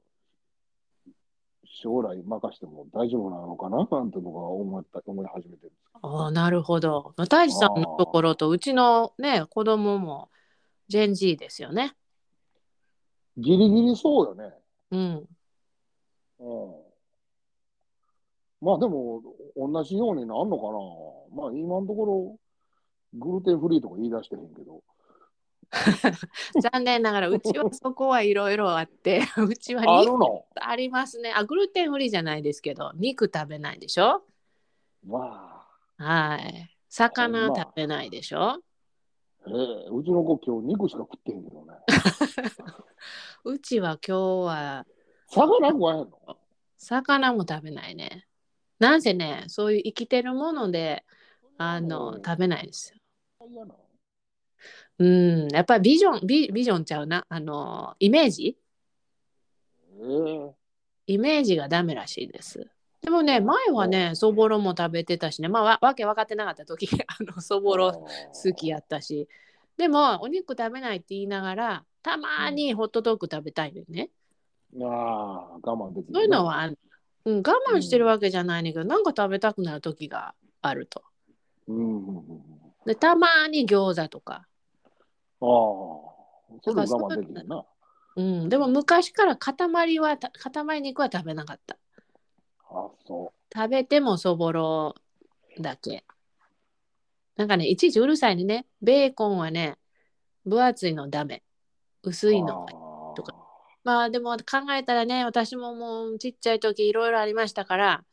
Speaker 2: 将来任しても大丈夫なのかななんて僕は思った、思い始めてるんですけ
Speaker 1: ああ、なるほど。まあ大地さんのところとうちのね、子供もジェンジーですよね。
Speaker 2: どギリギリそうよね。
Speaker 1: うん。
Speaker 2: うん。まあでも、同じようになんのかなまあ今のところ、グルテンフリーとか言い出してへんけど。
Speaker 1: 残念ながらうちはそこはいろいろあって、 うちは
Speaker 2: ある
Speaker 1: 肉
Speaker 2: の
Speaker 1: ありますね。あ、グルテンフリーじゃないですけど、肉食べないでしょ
Speaker 2: わ
Speaker 1: はい。魚食べないでしょ
Speaker 2: あ。ええうちの子今日肉しか食ってへんけどね。
Speaker 1: うちは今日は
Speaker 2: 魚食わへんの
Speaker 1: 魚も食べないね。なんせね、そういう生きてるもので、あ
Speaker 2: う
Speaker 1: の
Speaker 2: ん、
Speaker 1: 食べないですよ。
Speaker 2: 嫌なの
Speaker 1: うん、やっぱりビジョン、ビビジョンちゃうな。あの、イメージ
Speaker 2: ええ
Speaker 1: イメージがダメらしいです。でもね、前はね、そぼろも食べてたしね、まあ、わわけ分かってなかった時 あのそぼろ好きやったし、でも、お肉食べないって言いながら、たまにホットドッグ食べたいよね。
Speaker 2: ああ、我慢できるね、
Speaker 1: そういうのはある、うん、我慢してるわけじゃないねんだけど、なんか食べたくなる時があると。
Speaker 2: うんうんうん。
Speaker 1: で、たまに餃子とか。
Speaker 2: ああ、それも我慢できるな。
Speaker 1: うん、でも昔から塊はた塊肉は食べなかった
Speaker 2: あ、そ
Speaker 1: 食べてもそぼろだけなんかねいちいちうるさいにねベーコンはね分厚いのダメ
Speaker 2: う。
Speaker 1: 薄いのとかまあでも考えたらね私ももうちっちゃい時いろいろありましたから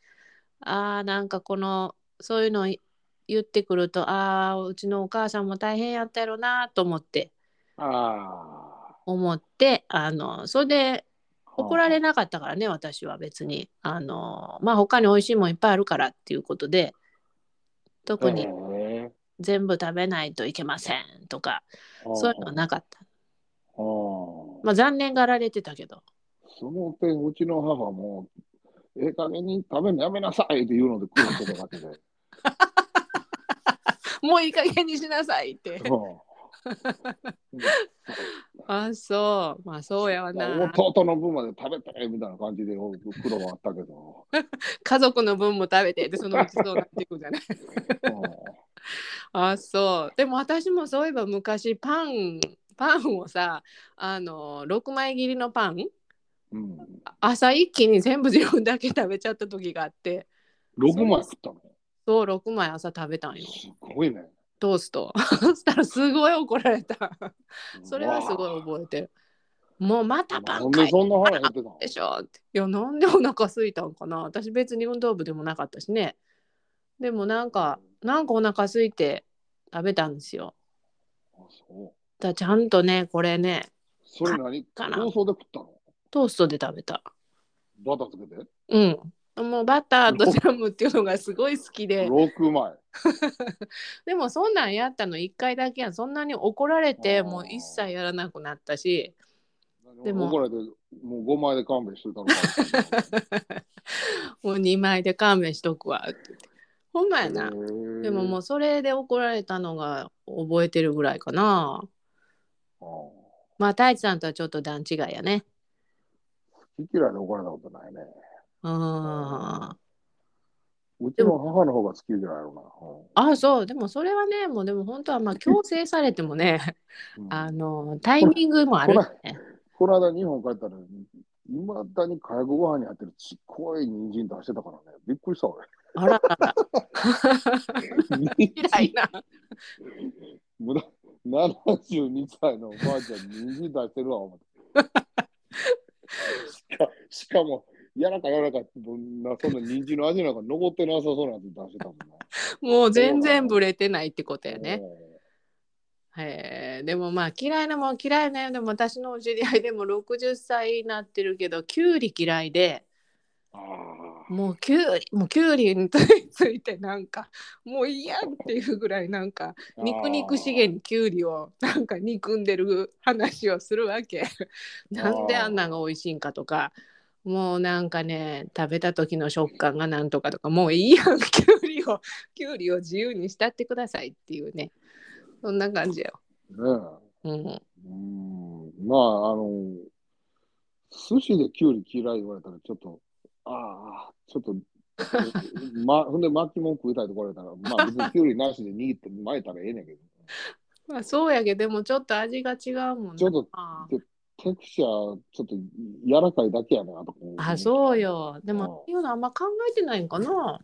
Speaker 1: あーなんかこのそういうのい言ってくるとああうちのお母さんも大変やったやろなと思って
Speaker 2: あーあ
Speaker 1: 思ってあのそれで
Speaker 2: ー。
Speaker 1: 怒られなかったからね私は別にあのまあ他に美味しいもんいっぱいあるからっていうことで特
Speaker 2: へ
Speaker 1: に
Speaker 2: ー
Speaker 1: 全部食べないといけませんとかそういうのはなかった
Speaker 2: あー
Speaker 1: まあ残念がられてたけど
Speaker 2: その点、うちの母も、ええ加減に食べるのやめなさいって言うので食うことだけで。
Speaker 1: もういい加減にしなさいって
Speaker 2: うんうん
Speaker 1: あそうまあそうやわ な
Speaker 2: 弟の分まで食べたいみたいな感じで苦労はあったけど、
Speaker 1: 家族の分も食べてでそのうちそうなっていくんじゃない あそうでも私もそういえば昔パンパンをさあの6枚切りのパン
Speaker 2: うんうん、
Speaker 1: 朝一気に全部自分だけ食べちゃった時があって
Speaker 2: 6枚食ったの
Speaker 1: そう6枚朝食べたんよ
Speaker 2: すごいね。
Speaker 1: トースト そしたらすごい怒られ たそれはすごい覚えてるもうまたパ
Speaker 2: な
Speaker 1: ン
Speaker 2: ん
Speaker 1: か
Speaker 2: で
Speaker 1: い
Speaker 2: そんな腹減ってたの
Speaker 1: でしょっていやなんでお腹空いたんかな私別に運動部でもなかったしねでもなんかなんかお腹空いて食べたんですよ
Speaker 2: あそう
Speaker 1: だからちゃんとねこれね
Speaker 2: それ何
Speaker 1: かな
Speaker 2: 放送で食ったの
Speaker 1: トーストで食べた
Speaker 2: バターつけて
Speaker 1: うんもうバターとジャムっていうのがすごい好きで
Speaker 2: ?6 枚。
Speaker 1: でもそんなんやったの1回だけやんそんなに怒られて
Speaker 2: あー
Speaker 1: もう一切やらなくなったしでも
Speaker 2: 怒られて、もう5枚で勘弁して たのか。
Speaker 1: もう2枚で勘弁しとくわって言ってほんまやなでももうそれで怒られたのが覚えてるぐらいかな
Speaker 2: う。
Speaker 1: まあ太一さんとはちょっと段違いやね
Speaker 2: 好き嫌いで怒られたことないね。
Speaker 1: うんあ
Speaker 2: うちの母の方が好き嫌いやろうな。うん
Speaker 1: そうでもそれはねもうでも本当はまあ強制されても ね
Speaker 2: うん
Speaker 1: あのタイミングもあるよね
Speaker 2: この間日本帰ったら、いまだに火薬ご飯に入ってるちっこい人参出してたからね。びっくりした俺。
Speaker 1: あららら嫌
Speaker 2: 人
Speaker 1: いな
Speaker 2: 無駄72歳のおばあちゃん、人参出してるわ、思って。しかしかも、やらかやらかって、どんなそんな人参の味なんか残ってなさそうなやつ出してたもんな。
Speaker 1: もう全然ブレてないってことやね
Speaker 2: うん
Speaker 1: へえでもまあ嫌いなもん嫌いなよでも私のお知り合いでも60歳になってるけどきゅうり嫌いで
Speaker 2: ああ。
Speaker 1: もうきゅうりもうきゅうりについてなんかもう嫌っていうぐらいなんか肉肉しげ
Speaker 2: に。
Speaker 1: にきゅうりをなんか憎んでる話をするわけ なんであんなんが美味しいんかとかもうなんかね食べた時の食感がなんとかとかもういいやんきゅうりをきゅうりを自由にしたってくださいっていうねそんな感じよ。
Speaker 2: ねえ
Speaker 1: うん
Speaker 2: うーんまあ、あの、寿司でキュウリ嫌い言われたら、ちょっと、ああ、ちょっと、 ま、ほんで巻きもん食いたいとこられたら、まあ別にキュウリなしで握って巻いたらええねんけど、
Speaker 1: まあそうやけどでもちょっと味が違うもん
Speaker 2: ちょ
Speaker 1: な
Speaker 2: っと
Speaker 1: あ
Speaker 2: テクスチャー、ちょっと柔らかいだけやなとか思
Speaker 1: あそう。よで
Speaker 2: うん
Speaker 1: もっていうのはあんま考えてないんかな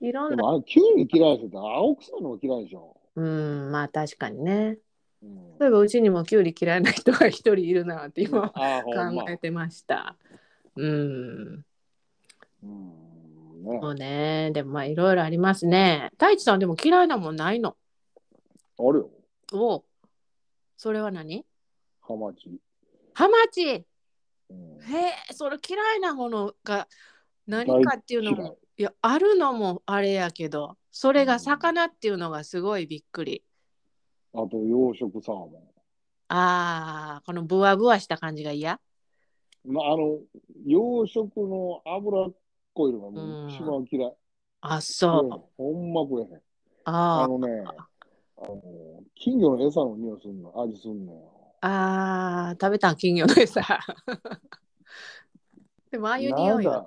Speaker 1: いろん
Speaker 2: で
Speaker 1: な
Speaker 2: もあれ、キュウリ嫌いですって青臭いのも嫌いでしょ。
Speaker 1: うんまあ確かにね
Speaker 2: うん
Speaker 1: 例えばうちにもきゅうり嫌いな人が一人いるなって今
Speaker 2: ああ、ほんま
Speaker 1: 考。えてましたうん
Speaker 2: うん、ね。
Speaker 1: そうねでもまあいろいろありますね太一さんでも嫌いなもんないの
Speaker 2: あるよ、
Speaker 1: おそれは何
Speaker 2: ハマチ。
Speaker 1: ハマチへ
Speaker 2: うん
Speaker 1: えそれ嫌いなものが何かっていうの
Speaker 2: 大嫌
Speaker 1: もいやあるのもあれやけどそれが魚っていうのがすごいびっくり
Speaker 2: あと、養殖サーモン。
Speaker 1: あーこのブワブワした感じが嫌
Speaker 2: まあ、あの養殖の油っこいのがもう一番嫌い。
Speaker 1: あそう、
Speaker 2: うんほんま食えへん。
Speaker 1: あ
Speaker 2: あの
Speaker 1: ー
Speaker 2: ね、あの金魚の餌の匂いすんの、味すんのよ。
Speaker 1: あー食べたん金魚の餌 でもああいう匂い
Speaker 2: な
Speaker 1: よ
Speaker 2: んだ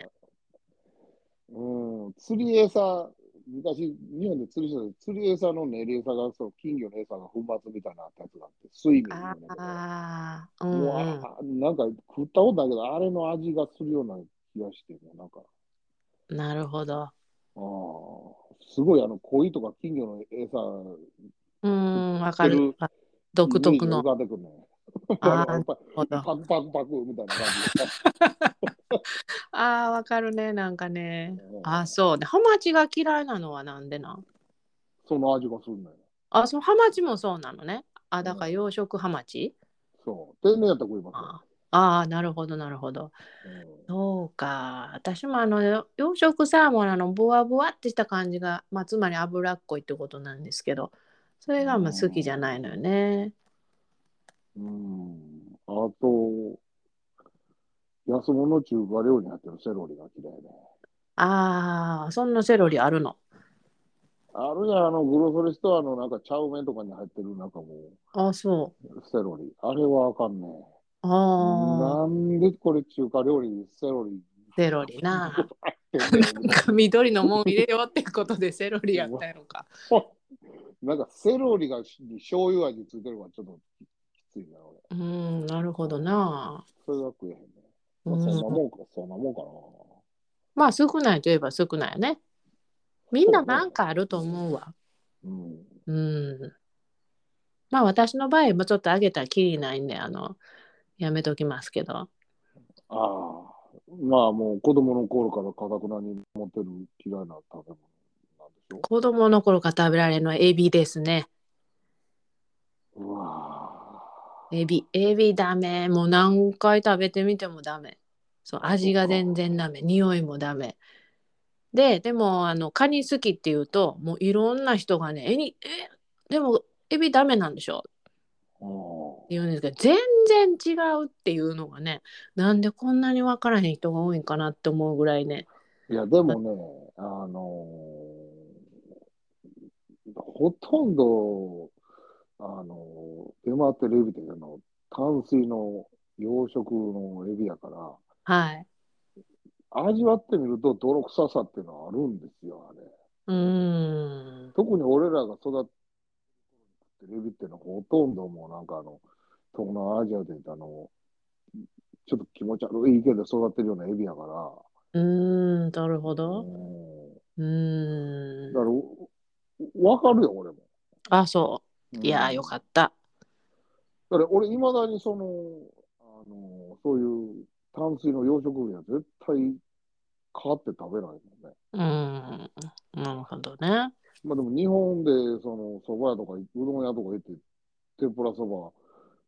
Speaker 2: うん、釣り餌昔、日本で釣りしてた釣り餌のね、餌が、そう、金魚の餌が粉末みたいなやつがあって、水分
Speaker 1: あ
Speaker 2: みたいな。
Speaker 1: あー、
Speaker 2: もう
Speaker 1: うんうん、
Speaker 2: あなんか食ったことないけど、あれの味がするような気がしてね、なんか、
Speaker 1: なるほど。
Speaker 2: あーすごいあの、鯉とか金魚の餌
Speaker 1: うん、わかる。独特の。
Speaker 2: イメージが浮かんでくるね。
Speaker 1: あ
Speaker 2: あの
Speaker 1: ー
Speaker 2: パ
Speaker 1: ほど
Speaker 2: クパクパクみたいな感
Speaker 1: ああ、わかるね、なんかね
Speaker 2: じ。で。
Speaker 1: あーそうね。ハマチが嫌いなのはなんでなん
Speaker 2: その味がするね。
Speaker 1: あ、そう、ハマチもそうなのね。あ、だから養殖ハマチ
Speaker 2: そう。天然やったら食いま
Speaker 1: あーあー、なるほど、なるほど。
Speaker 2: すよ。うん
Speaker 1: そうか。私もあの、養殖サーモンのあの、ボワボワってした感じが、まあ、つまり脂っこいってことなんですけど、それがまあ好きじゃないのよね。
Speaker 2: うん。あと、安物の中華料理に入ってるセロリが嫌いね。
Speaker 1: ああ、そんなセロリあるの。
Speaker 2: あるじゃん、あの、グロソリストアのなんか、チャウメンとかに入ってるなんかも、
Speaker 1: あそう
Speaker 2: セロリ。あれはあかんね。
Speaker 1: う。あ
Speaker 2: な
Speaker 1: あ、
Speaker 2: んでこれ中華料理にセロリ
Speaker 1: セロリな。
Speaker 2: ってん
Speaker 1: なんか緑のもん入れようってことでセロリやったやろか。
Speaker 2: のなんか、セロリがし醤油味ついてるからちょっときついな、俺。
Speaker 1: うん、なるほどな。
Speaker 2: それが食えへんね。
Speaker 1: う
Speaker 2: まあ、そんなも
Speaker 1: ん、
Speaker 2: んか、そんなもんかな。
Speaker 1: まあ少ないといえば少ないよね。みんななんかあると思うわ。
Speaker 2: うん。
Speaker 1: うん。まあ私の場合もちょっとあげたらきりないんで、あの、やめときますけど。
Speaker 2: ああ、まあもう子供の頃からかたくなに持ってる嫌いな食べ物なんでしょ
Speaker 1: 子供の頃から食べられるのはエビですね。
Speaker 2: う。うわ
Speaker 1: エビ。エビダメ。もう何回食べてみてもダメ。そう、味が全然ダメ。匂いもダメ。で、でも、あの、カニ好きっていうと、もういろんな人がね、えに、え、でも、エビダメなんでしょ
Speaker 2: あ。うん
Speaker 1: って言うんですけど、全然違うっていうのがね、なんでこんなに分からへん人が多いんかなって思うぐらいね。
Speaker 2: いや、でもね、あのーほとんど、あのー、出回ってるエビっていうの、淡水の養殖のエビやから、
Speaker 1: はい。
Speaker 2: 味わってみると泥臭さっていうのはあるんですよ、あれ。
Speaker 1: うーん。
Speaker 2: 特に俺らが育ってるエビっていうのはほとんどもうなんかあの、東南アジアで言うとあの、ちょっと気持ち悪いけど育ってるようなエビやから、
Speaker 1: うーん、なるほど。
Speaker 2: うん
Speaker 1: うー
Speaker 2: だか
Speaker 1: ん。
Speaker 2: ら、わかるよ、俺も。
Speaker 1: あ、そ
Speaker 2: うん
Speaker 1: う。いやー、よかっ
Speaker 2: だ
Speaker 1: た。
Speaker 2: から俺、いまだにその、あの、そういう淡水の養殖魚は絶対買って食べないもんね。
Speaker 1: うーん。なるほどね。
Speaker 2: まあでも日本で、その、蕎麦屋とか、うどん屋とか行って、天ぷらそ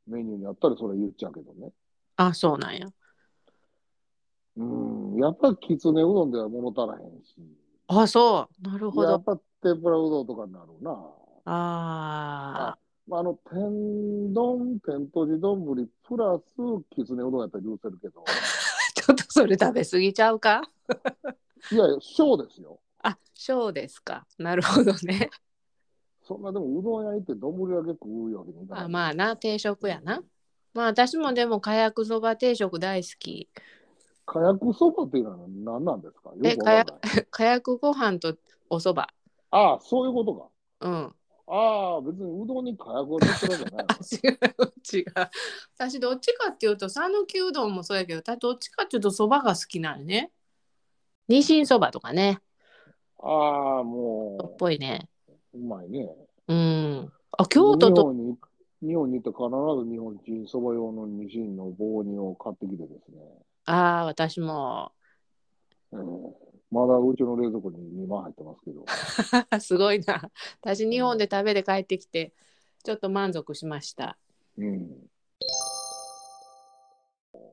Speaker 2: ばメニューにあったらそれ言っちゃうけどね。
Speaker 1: あ、そうなんや。
Speaker 2: うん、やっぱりきつねうどんでは物足らへんし、
Speaker 1: あ、そう。なるほ
Speaker 2: や
Speaker 1: ど
Speaker 2: っ。ぱ天ぷらうどんとかになるな。
Speaker 1: あ
Speaker 2: まあ、あの、天丼、天とじ丼ぶり、プラスきつねうどんやったら許せるけ ど、
Speaker 1: ー。ちょっとそれ食べ過ぎちゃうか
Speaker 2: いやいや、小ですよ。
Speaker 1: あ、そうですか。なるほどね。
Speaker 2: そんなでもうどん屋行って丼だけ食うわけにいかない。
Speaker 1: あまあな、定食やな。まあ私もでも、かやくそば定食大好き。
Speaker 2: 火薬そばっていうのは何なんですかよくわかんない。
Speaker 1: かやくご飯とおそば。
Speaker 2: ああ、そういうことか。
Speaker 1: うん。
Speaker 2: ああ、別にうどんに火薬を塗ってるわけじゃ ない
Speaker 1: あ違う、違う。私、どっちかっていうと、讃岐うどんもそうやけど、たどっちかっていうと、そばが好きなのね。ニシンそばとかね。
Speaker 2: の。ああ、
Speaker 1: そっ
Speaker 2: も
Speaker 1: ぽいね。
Speaker 2: う、うまいね。
Speaker 1: うん。あ、京都と。
Speaker 2: 日本に日本に行って必ず日本人そば用のニシンの棒煮を買ってきてですね、
Speaker 1: ああ、私も。
Speaker 2: ええまだうちの冷蔵庫に2万入ってますけど、
Speaker 1: すごいな。私、日本で食べて帰ってきて、ちょっと満足しました。
Speaker 2: うん、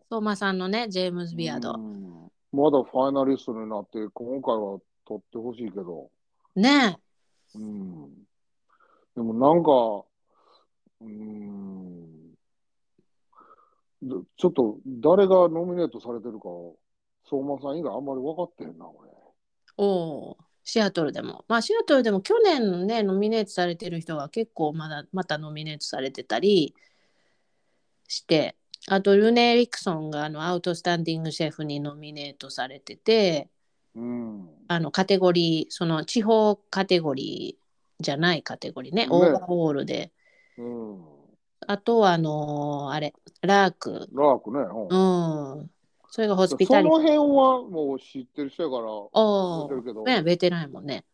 Speaker 1: 相馬さんのね、ジェーム ズ・ビアード。
Speaker 2: うんまだファイナリストになって今回は取ってほしいけど、
Speaker 1: ねえ。
Speaker 2: うん、でもなんか、うん、でちょっと誰がノミネートされてるか相馬さん以外あんまり分かってへんな俺。
Speaker 1: おお。シアトルでも。まあ、シアトルでも去年ね、ノミネートされてる人が結構まだ、またノミネートされてたりして、あと、ルネ・エリクソンがあのアウトスタンディングシェフにノミネートされてて、
Speaker 2: うん
Speaker 1: あのカテゴリーその地方カテゴリーじゃないカテゴリーね
Speaker 2: ね
Speaker 1: オーバーオールで
Speaker 2: うん。
Speaker 1: あとはあのーあれラーク
Speaker 2: ラークね。うん
Speaker 1: うんそれがホスピ
Speaker 2: そ
Speaker 1: タリ
Speaker 2: の
Speaker 1: ティ
Speaker 2: 辺はもう知ってる人やから、知
Speaker 1: お
Speaker 2: ってるけど、
Speaker 1: ねベテランやもんね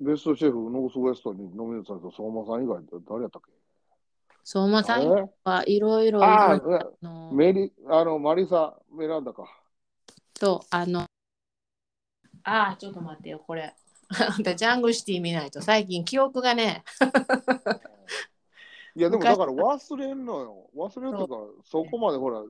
Speaker 2: ベストシェフ、ノースウェストにノミネートされた相馬さん以外って誰やったっけ
Speaker 1: 相馬さん
Speaker 2: あれ
Speaker 1: はいろいろ
Speaker 2: あ
Speaker 1: あ
Speaker 2: ー、
Speaker 1: の
Speaker 2: メリ、あの、マリサ・メランダか。
Speaker 1: とあのああちょっと待ってよこれ あんたジャングルシティ見ないと最近記憶がね
Speaker 2: いや、でもだ
Speaker 1: 昔
Speaker 2: から忘れんのよ。忘れるとか、そこまでほら、知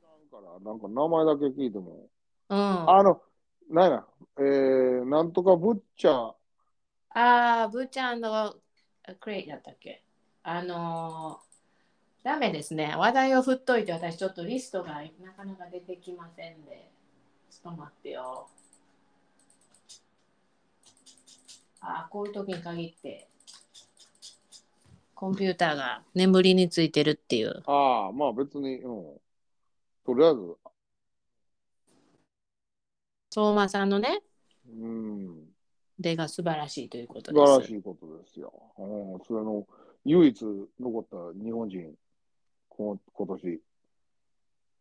Speaker 2: らんから、なんか名前だけ聞いても。
Speaker 1: うんあ
Speaker 2: あの、なんや、えー、なんとかブッチャー、
Speaker 1: あーブーちゃんのクレイだったっけあのーダメですね話題を振っといて私ちょっとリストがなかなか出てきませんでちょっと待ってよああこういう時に限ってコンピューターが眠りについてるっていう
Speaker 2: ああ、まあ別に、うん。とりあえず、
Speaker 1: 相馬さんのね
Speaker 2: うん、
Speaker 1: 出が素晴らしいということ
Speaker 2: 素
Speaker 1: です。
Speaker 2: 晴らしいことですよ。うん、それの、唯一残った日本人、この今年。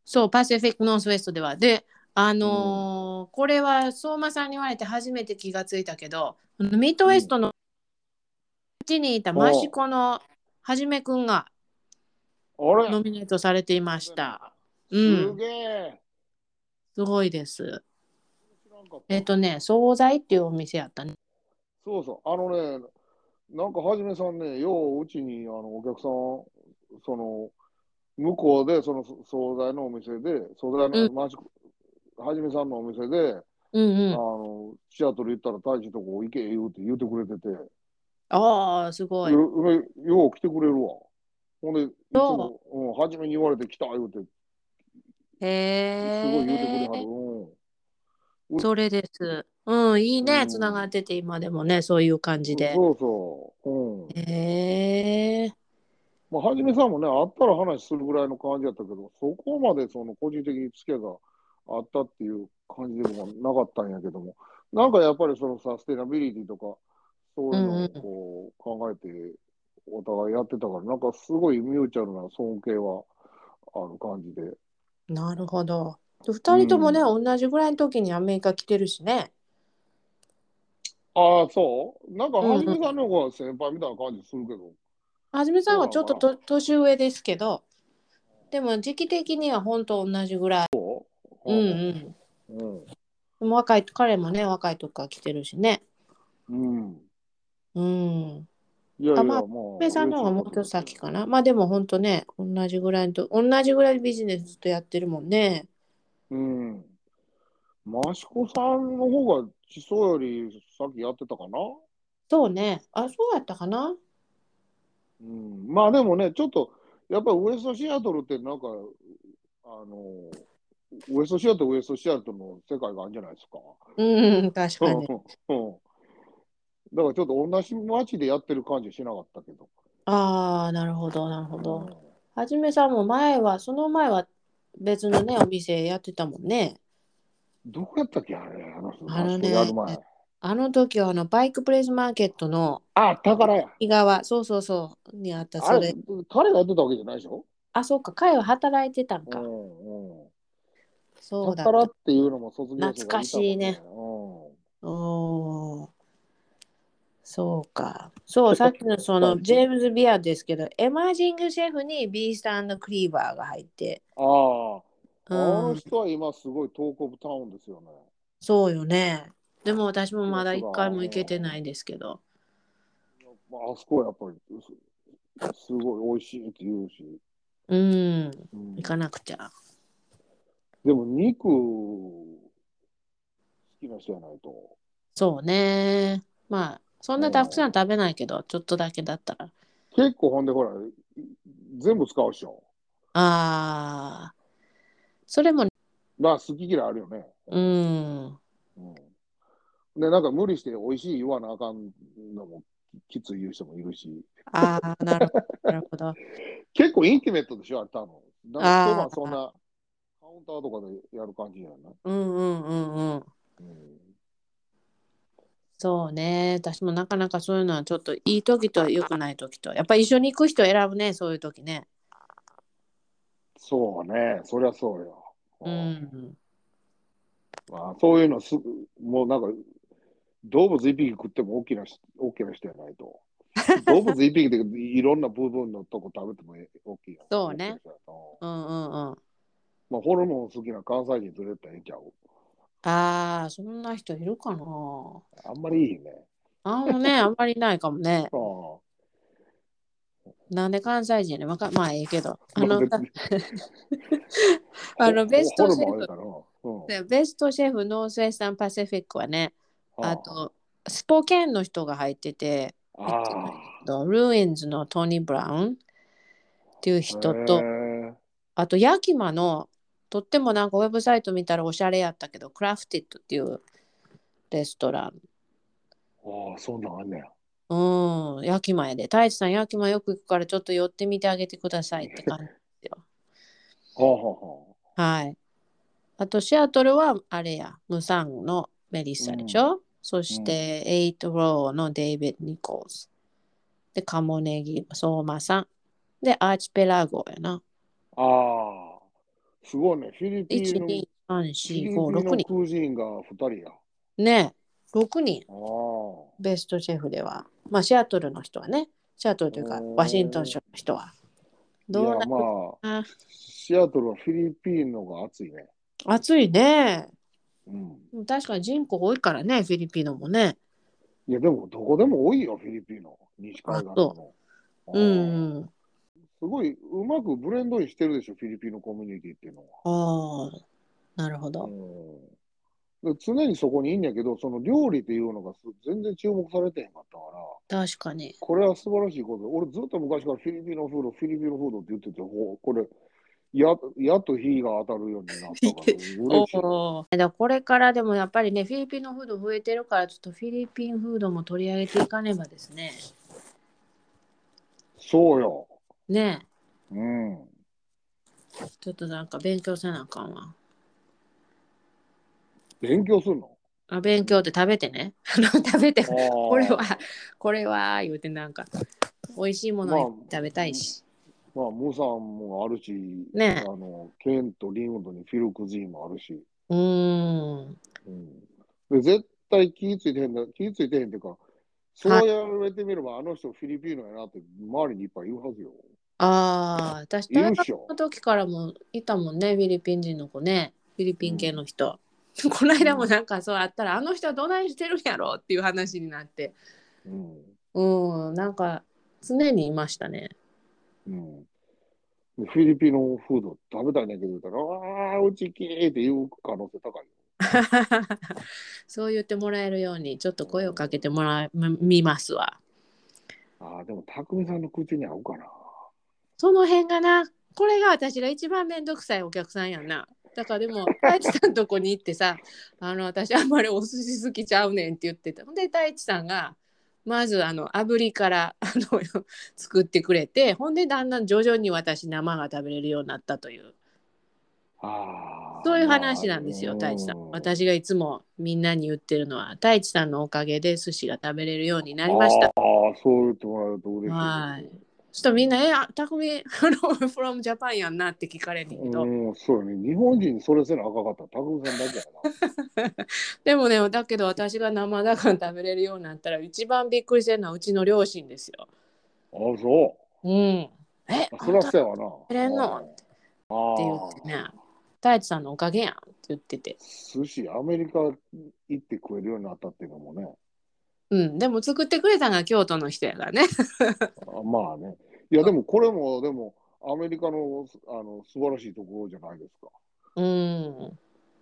Speaker 1: そう、パシフィック・ノースウェストでは。で、あのーこれは相馬さんに言われて初めて気がついたけど、ミッドウェストのうちにいたマシコのはじめくんが
Speaker 2: あれ
Speaker 1: ノミネートされていました。う
Speaker 2: す
Speaker 1: ん、
Speaker 2: げえ、
Speaker 1: すごいです。
Speaker 2: 知らんかった
Speaker 1: えっ、とね、惣菜っていうお店やったね。
Speaker 2: そうそう、あのね、なんかはじめさんね、よううちにあのお客さん、その向こうで、その惣菜のお店で、惣菜の、
Speaker 1: う
Speaker 2: マジはじめさんのお店で、
Speaker 1: う
Speaker 2: あ
Speaker 1: んうん。
Speaker 2: のシアトル行ったら大地とこ行け言うて言うてくれてて、
Speaker 1: ああ、すごい。
Speaker 2: よよう来てくれるわ。ほんで、いつも、うん、はじめに言われて来た言うて、すご
Speaker 1: へえ。
Speaker 2: い言うてくれはる。うんる
Speaker 1: それです。うん、いいね、
Speaker 2: うん
Speaker 1: つながってて、今でもね、そういう感じで。
Speaker 2: そうそう。うん
Speaker 1: へえ。
Speaker 2: まあ、はじめさんもね、あったら話するぐらいの感じやったけど、そこまでその個人的に付き合いがあったっていう感じでもなかったんやけども、なんかやっぱりそのサステナビリティとか、そういうのをこう考えて、お互いやってたから、なんかすごいミューチャルな尊敬はある感じで。
Speaker 1: なるほど。で2人ともね、同じぐらいの時にアメリカ来てるしね。
Speaker 2: ああ、そうなんかはじめさんの方が先輩みたいな感じするけど。
Speaker 1: はじめさんはち
Speaker 2: そ
Speaker 1: ょ
Speaker 2: う
Speaker 1: っ
Speaker 2: な
Speaker 1: と
Speaker 2: の
Speaker 1: と年上ですけど、でも時期的には本当同じぐらい。うんうん。
Speaker 2: うん。
Speaker 1: でも若い彼もね、若い時から来てるしね。
Speaker 2: うん。
Speaker 1: うん。
Speaker 2: いやいや、
Speaker 1: あ
Speaker 2: まあ。
Speaker 1: まあはじめさんの方がもうちょっと先かな。まあでも本当ね、同じぐらいのと、同じぐらいビジネスずっとやってるもんね。
Speaker 2: うん。益子さんの方が地層より先やってたかな
Speaker 1: そうね。あ、そうやったかな。
Speaker 2: うん。まあでもね、ちょっと、やっぱりウエストシアトルってなんか、あの、ウエストシアトル、ウエストシアトルの世界があるんじゃないですか。
Speaker 1: うん、確か
Speaker 2: うん。
Speaker 1: に。
Speaker 2: うんだからちょっと同じ町でやってる感じしなかったけど。
Speaker 1: ああ、なるほど、なるほど。はじめさんも前は、その前は別のね、お店やってたもんね。
Speaker 2: うんどこやったっけあれ、あの人、
Speaker 1: あのね
Speaker 2: 益子やる前。
Speaker 1: あの時はあのバイクプレイスマーケットの
Speaker 2: あ、宝や。
Speaker 1: 右側、そうそうそう、にあった、
Speaker 2: あ
Speaker 1: そ
Speaker 2: れ
Speaker 1: れ。、
Speaker 2: 彼がやってたわけじゃないでしょ
Speaker 1: あ、そうか、彼は働いてたん
Speaker 2: う
Speaker 1: か。
Speaker 2: んうん。
Speaker 1: そうだっ。
Speaker 2: 宝ったていうのも卒業生がたもん
Speaker 1: 懐かしいね。
Speaker 2: うん
Speaker 1: おーそうか。そう、さっきの そのジェームズ・ビアですけど、エマージングシェフにビースタンクリーバーが入って、
Speaker 2: ああ、あ
Speaker 1: う
Speaker 2: の
Speaker 1: ん、
Speaker 2: 人は今すごいトークオブタウンですよね。
Speaker 1: そうよね。でも私もまだ一回も行けてないですけど。
Speaker 2: まああそこはやっぱりすすごい美味しいって言うし。
Speaker 1: うん、
Speaker 2: うん
Speaker 1: 行かなくちゃ。
Speaker 2: でも肉好きな人やないと。
Speaker 1: そうね。まあ、そんなたくさん食べないけど、ちょっとだけだったら。
Speaker 2: 結構ほんでほら、全部使うでしょ。
Speaker 1: ああ、それも、
Speaker 2: まあ好き嫌いあるよね。
Speaker 1: うん、
Speaker 2: うん、で、なんか無理して美味しい言わなあかんのもきつい言う人もいるし。
Speaker 1: ああ、なるほど、なるほど。
Speaker 2: 結構インティメットでしょ、あれ多分。なんか一晩そんなカウンターとかでやる感じやな。
Speaker 1: うんうんうんうん。
Speaker 2: うん
Speaker 1: そうね。私もなかなかそういうのはちょっといい時と良くない時と。やっぱ一緒に行く人選ぶね、そういう時ね。
Speaker 2: そうね、そりゃそうよ。
Speaker 1: うん。
Speaker 2: まあ、そういうのすぐ、もうなんか、動物一匹食っても大きなし大きな人やない と。動物一匹でいろんな部分のとこ食べてもえ大きいやん
Speaker 1: そうね。
Speaker 2: うん
Speaker 1: うんうんうん。
Speaker 2: まあ、ホルモン好きな関西人連れてったらええんちゃう。
Speaker 1: ああ、そんな人いるかな。
Speaker 2: あんまりいいね。
Speaker 1: あのね、あんまりいないかもね。
Speaker 2: あ
Speaker 1: なんで関西人やね。わかまあええけど。
Speaker 2: あ
Speaker 1: あの、
Speaker 2: 別に
Speaker 1: あのベスト
Speaker 2: ホル
Speaker 1: シェ
Speaker 2: モンあ
Speaker 1: フ
Speaker 2: れかな。うん
Speaker 1: ねベストシェフノースエスタンパシフィックはね、あ、と、スポケンの人が入ってて、
Speaker 2: あ
Speaker 1: えっとルーインズのトニー・ブラウンっていう人
Speaker 2: へ
Speaker 1: と、
Speaker 2: え
Speaker 1: あと、ヤキマの、とってもなんかウェブサイト見たらおしゃれやったけど、クラフティッドっていうレストラ
Speaker 2: ああ、そんなんあんねや。
Speaker 1: ン。うん、ヤキマやで。太一さん、ヤキマよく行くから、ちょっと寄ってみてあげてくださいって感じ。
Speaker 2: はあ、は
Speaker 1: はい。あと、シアトルは、あれや、ムサンゴのメリッサでしょ、そして、エイトローのデイビッド・ニコーズ。で、カモネギ、相馬さん。で、アーチペラゴやな。
Speaker 2: あはあ。ああ。すごいね。フィリピン
Speaker 1: 1、
Speaker 2: の
Speaker 1: 2、3、
Speaker 2: フィリ
Speaker 1: 4、
Speaker 2: ピン
Speaker 1: 5、6
Speaker 2: の
Speaker 1: 人。
Speaker 2: 空人が2人や。
Speaker 1: ねえ、6人。
Speaker 2: ああ。
Speaker 1: ベストシェフでは。まあ、シアトルの人はね。シアトルというか
Speaker 2: うー、ん
Speaker 1: ワシントン州の人は。どう
Speaker 2: い
Speaker 1: な
Speaker 2: や、
Speaker 1: る
Speaker 2: まあ
Speaker 1: あ、
Speaker 2: シアトルはフィリピンのが暑いね。
Speaker 1: 暑いね。
Speaker 2: うん。
Speaker 1: 確かに人口多いからね、フィリピノもね。
Speaker 2: いや、でも、どこでも多いよ、フィリピンの。西海岸
Speaker 1: あ
Speaker 2: の。あ
Speaker 1: う
Speaker 2: あ
Speaker 1: ん、うん。
Speaker 2: すごい、うまくブレンドにしてるでしょ、フィリピンのコミュニティっていうのは。
Speaker 1: ああ、なるほど。
Speaker 2: うん、で常にそこにいんやけど、その料理っていうのがす全然注目されてへんかったから、
Speaker 1: 確かに。
Speaker 2: これは素晴らしいことで、俺ずっと昔からフィリピンのフード、フィリピンのフードって言ってて、ほこれ、ややっと火が当たるようになったから、嬉しい。
Speaker 1: おーだからこれからでもやっぱりね、フィリピンのフード増えてるから、ちょっとフィリピンフードも取り上げていかねばですね。
Speaker 2: そうよ。
Speaker 1: ね
Speaker 2: うん。
Speaker 1: え、ちょっとなんか勉強せなあかんわ。
Speaker 2: 勉強するの
Speaker 1: あ勉強って食べてね。 あの食べて、こ
Speaker 2: こ
Speaker 1: れは、これは、言うてなんか、美味しいもの
Speaker 2: まあ
Speaker 1: 食べたいし。
Speaker 2: まあ、ムーさんもあるし、
Speaker 1: ね
Speaker 2: あのケンとリンゴとにフィルクジーもあるし、
Speaker 1: うーん。
Speaker 2: うん、で絶対気ぃついてへんだ、気ぃついてへんっていうか、そうやられてみれば、あの人フィリピンのやなって周りにいっぱいいるはずよ。
Speaker 1: ああ、私、
Speaker 2: いる
Speaker 1: 大
Speaker 2: っ
Speaker 1: 学
Speaker 2: しょ
Speaker 1: の。時からもいたもんね、フィリピン人の子ね、フィリピン系の人。 この間もなんかそうあったら、あの人はどないしてるんやろっていう話になって、
Speaker 2: うん
Speaker 1: うん、なんか常にいましたね。
Speaker 2: うん、でフィリピンのフード食べたいねんけど言ったら、ああ、うちきれいって言う可能性高いよ。
Speaker 1: そう言ってもらえるように、ちょっと声をかけてもらいみますわ。
Speaker 2: ああ、でも、匠さんの口に合うかな。
Speaker 1: その辺がな、これが私が一番めんどくさいお客さんやんな。だからでも、太一さんとこに行ってさ、あの、私あんまりお寿司好きちゃうねんって言ってた。ほんで、太一さんが、まずあの炙りから あの作ってくれてほんでだんだん徐々に私生が食べれるようになったという
Speaker 2: ああ。
Speaker 1: そういう話なんですよ
Speaker 2: まあ
Speaker 1: 太一さん
Speaker 2: う
Speaker 1: 私がいつもみんなに言ってるのは太一さんのおかげで寿司が食べれるようになりました
Speaker 2: ああ、そう言ってもらえると嬉しいです。
Speaker 1: はいちょっとみんな「えあ匠あの from Japan やんな」って聞かれんねんけど、
Speaker 2: うん、そうよね。日本人にそれせなあかんかったら、拓さんだけや
Speaker 1: でもねだけど私が生だから食べれるようになったら一番びっくりしてるのはうちの両親ですよ。
Speaker 2: な。ああ、そ
Speaker 1: うん、え
Speaker 2: う。そら
Speaker 1: あん
Speaker 2: せやわな。
Speaker 1: 食べれんのって
Speaker 2: あ
Speaker 1: 言っ
Speaker 2: あ
Speaker 1: てね「太一さんのおかげやん」って言ってて、
Speaker 2: 寿司、アメリカ行って食えるようになったっていうのもね。
Speaker 1: うん、でも作ってくれたのが京都の人やからね。
Speaker 2: あまあね。いや、でもこれも、でも、アメリカのあの素晴らしいところじゃないですか。
Speaker 1: うん、
Speaker 2: う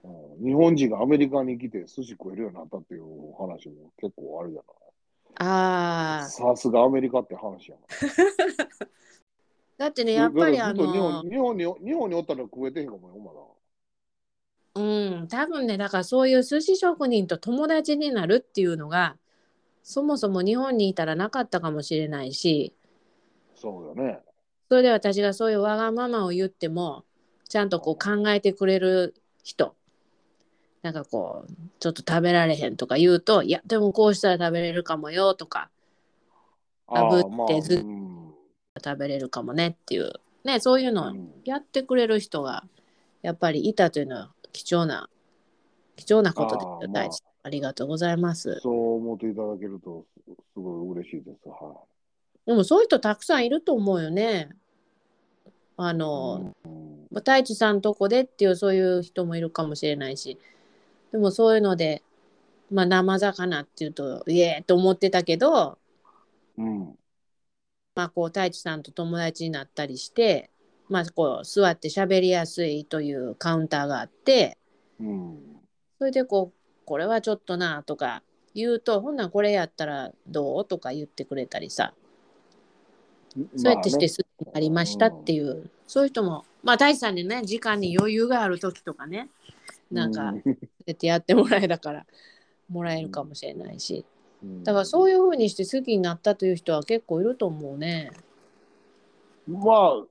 Speaker 2: ん日本人がアメリカに来て寿司食えるようになったっていうお話も結構あるじゃな
Speaker 1: あ
Speaker 2: い。
Speaker 1: ー
Speaker 2: さすがアメリカって話やな。
Speaker 1: だってねやっぱりあ
Speaker 2: ずっと日
Speaker 1: の
Speaker 2: 本日本に日本におったら食えてへんかもよ、まだ。
Speaker 1: うん、多分ねだからそういう寿司職人と友達になるっていうのがそもそも日本にいたらなかったかもしれないし
Speaker 2: そうよね。
Speaker 1: それで私がそういうわがままを言ってもちゃんとこう考えてくれる人なんかこうちょっと食べられへんとか言うといやでもこうしたら食べれるかもよとか炙って
Speaker 2: あーまあ
Speaker 1: ず
Speaker 2: うん
Speaker 1: 食べれるかもねっていうねそういうのをやってくれる人がやっぱりいたというのは貴重な貴重なことですよ
Speaker 2: あーまあ
Speaker 1: 大地さんありがとうございます
Speaker 2: そう思っていただけるとすすごい嬉しいです。は
Speaker 1: でもそういう人たくさんいると思うよねあの、
Speaker 2: い。うん
Speaker 1: まあ太一さんとこでっていうそういう人もいるかもしれないしでもそういうので、まあ、生魚っていうとイエーと思ってたけど、
Speaker 2: うん。
Speaker 1: まあ、こう太一さんと友達になったりして、まあ、こう座って喋りやすいというカウンターがあって
Speaker 2: うん。
Speaker 1: それでこうこれはちょっとなとか言うとほんなんこれやったらどうとか言ってくれたりさそうやってしてすぐになりましたっていう、そういう人もまあ太一さんにね時間に余裕がある時とかねなんか、
Speaker 2: う
Speaker 1: やってやってもらえたからもらえるかもしれないし
Speaker 2: うん
Speaker 1: だからそういうふうにして好きになったという人は結構いると思うね。
Speaker 2: まあ、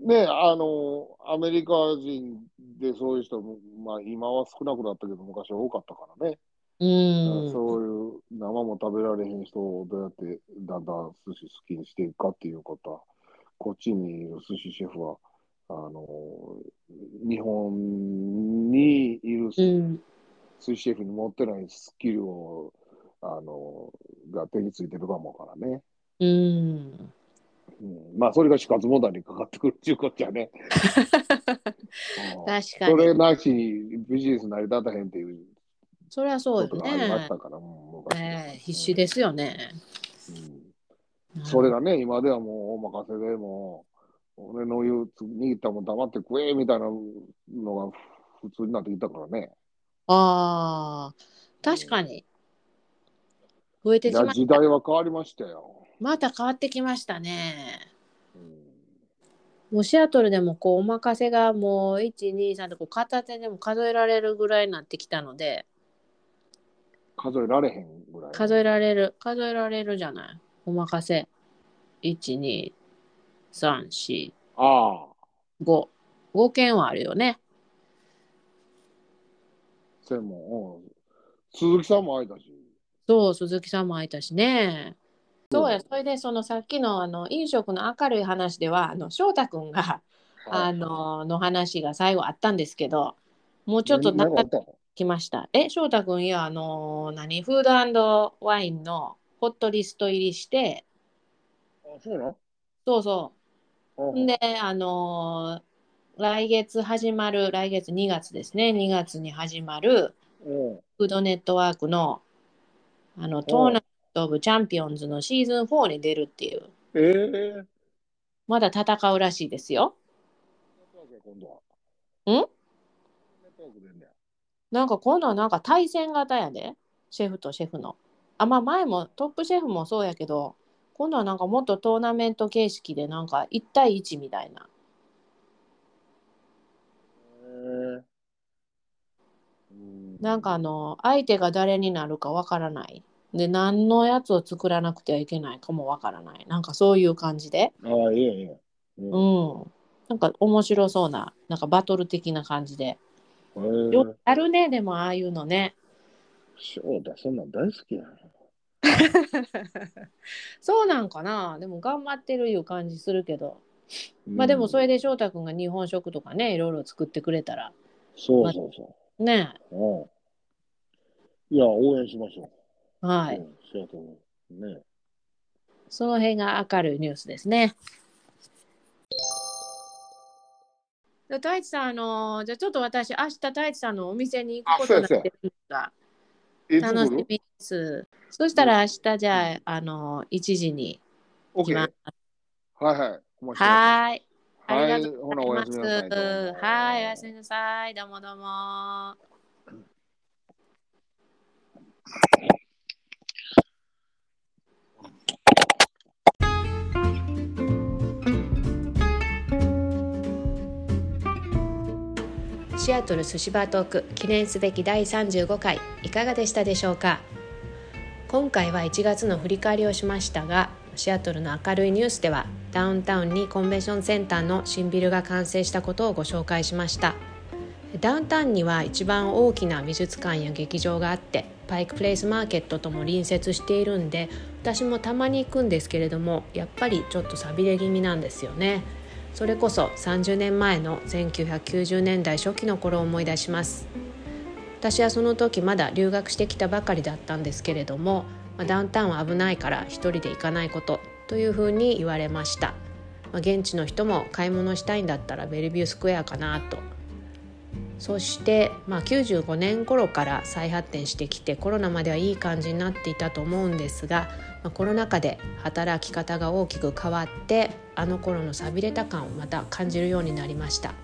Speaker 2: ね、あの、アメリカ人でそういう人も、まあ、今は少なくなったけど、昔は多かったからね。
Speaker 1: う
Speaker 2: だから
Speaker 1: ん
Speaker 2: そういう生も食べられへん人をどうやってだんだん寿司好きにしていくかっていうことは、こっちにいる寿司シェフは、あの、日本にいる
Speaker 1: う
Speaker 2: 寿
Speaker 1: ん
Speaker 2: 司シェフに持ってないスキルを、あの、が手についてるかもからね。
Speaker 1: うん、
Speaker 2: うん、まあ、それが死活問題にかかってくるっていうことや ね。うん
Speaker 1: 確か
Speaker 2: それ
Speaker 1: に
Speaker 2: なしにビジネス成り立たへんっていう
Speaker 1: それはそ
Speaker 2: こ
Speaker 1: う
Speaker 2: と
Speaker 1: よ
Speaker 2: がありまし
Speaker 1: ね
Speaker 2: た。から、うん昔
Speaker 1: ええ必死ですよね。
Speaker 2: うんそれがね、今ではもうお任せでもう、俺の言う、握ったもん黙って食えみたいなのが普通になってきたからね。
Speaker 1: ああ確かに増えて
Speaker 2: い
Speaker 1: き
Speaker 2: や
Speaker 1: ま
Speaker 2: 時代は変わりましたよ。
Speaker 1: また変わってきましたね。
Speaker 2: うん
Speaker 1: もうシアトルでもこうお任せがもう123とこう片手でも数えられるぐらいになってきたので。
Speaker 2: 数えられへんぐらい。
Speaker 1: 数えられる数えられるじゃないお任せ12345
Speaker 2: ああ、
Speaker 1: 5件はあるよね
Speaker 2: 専門。うん鈴木さんも会えたし。
Speaker 1: そう鈴木さんも会えたしねそうやそれでそのさっきのあの飲食の明るい話ではあの翔太くんがあのの話が最後あったんですけどもうちょっと
Speaker 2: な
Speaker 1: なん
Speaker 2: かあ
Speaker 1: か
Speaker 2: ったの
Speaker 1: きましたえ翔太くんいやあの何フードワインのホットリスト入りして
Speaker 2: あ、そうな
Speaker 1: そうそう
Speaker 2: の
Speaker 1: で、あのー来月始まる、来月2月ですね、2月に始まる、
Speaker 2: うんうん
Speaker 1: フードネットワークの、あの、トーナメント・オブ・チャンピオンズのシーズン4に出るっていう、
Speaker 2: ええ
Speaker 1: まだ戦うらしいですよ。
Speaker 2: ネットワークや今度は。
Speaker 1: ん
Speaker 2: ネットワークでね。
Speaker 1: なんか今度はなんか対戦型やで、シェフとシェフの。あ、まあ前も、トップシェフもそうやけど、今度はなんかもっとトーナメント形式で、なんか1対1みたいな。
Speaker 2: へえうん
Speaker 1: なんかあの、相手が誰になるかわからない。で、何のやつを作らなくてはいけないかもわからない。なんかそういう感じで。
Speaker 2: ああ、いいやいいや。うん
Speaker 1: うん。なんか面白そうな、なんかバトル的な感じで。
Speaker 2: へえ
Speaker 1: よくあるね、でもああいうのね。
Speaker 2: そうだ、そんなん大好きやな。
Speaker 1: そうなんかな。でも頑張ってるいう感じするけど。まあでもそれ
Speaker 2: で。
Speaker 1: で翔太くんが日本食とかね、いろいろ作ってくれたら。
Speaker 2: そうそうそ
Speaker 1: ね。
Speaker 2: う。うん。いや、応援しましょう。
Speaker 1: はい。
Speaker 2: うん。そうやと思う。ね。
Speaker 1: その辺が明るいニュースですね。で太一さん、あのーじゃあちょっと私、明日太一さんのお店に行くことになってるんですが、
Speaker 2: え
Speaker 1: 楽しみです。そしたら明日、じゃあ、あのー、1時に
Speaker 2: オッ
Speaker 1: 来
Speaker 2: ケー。
Speaker 1: ま
Speaker 2: は
Speaker 1: す。
Speaker 2: いはい。お待ちしてます
Speaker 1: はーい。ありがとうございます。
Speaker 2: はいほなおやすみなさいどうも
Speaker 1: はい、おやすみなさい。どうもどうも。シアトル寿司バートーク記念すべき第35回いかがでしたでしょうか今回は1月の振り返りをしましたがシアトルの明るいニュースではダウンタウンにコンベンションセンターの新ビルが完成したことをご紹介しましたダウンタウンには一番大きな美術館や劇場があってパイクプレイスマーケットとも隣接しているんで私もたまに行くんですけれどもやっぱりちょっとさびれ気味なんですよねそれこそ30年前の1990年代初期の頃を思い出します私はその時まだ留学してきたばかりだったんですけれどもまあダウンタウンは危ないから一人で行かないことというふうに言われました、まあ現地の人も買い物したいんだったらベルビュースクエアかなとそして、まあ、95年頃から再発展してきてコロナまではいい感じになっていたと思うんですが、まあ、コロナ禍で働き方が大きく変わってあの頃のさびれた感をまた感じるようになりました。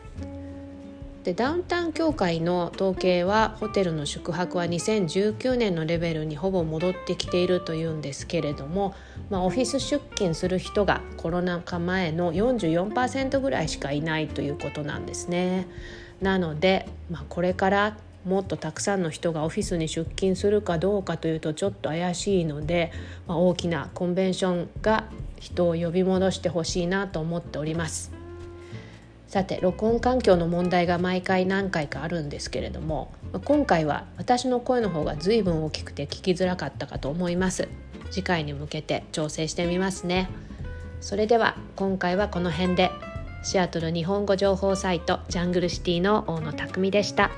Speaker 1: でダウンタウン協会の統計はホテルの宿泊は2019年のレベルにほぼ戻ってきているというんですけれども、まあ、オフィス出勤する人がコロナ禍前の44%ぐらいしかいないということなんですね。なので、まあ、これからもっとたくさんの人がオフィスに出勤するかどうかというとちょっと怪しいので、まあ、大きなコンベンションが人を呼び戻してほしいなと思っております。さて録音環境の問題が毎回何回かあるんですけれどもまあ今回は私の声の方が随分大きくて聞きづらかったかと思います次回に向けて調整してみますねそれでは今回はこの辺でシアトル日本語情報サイトジャングルシティの大野匠でした。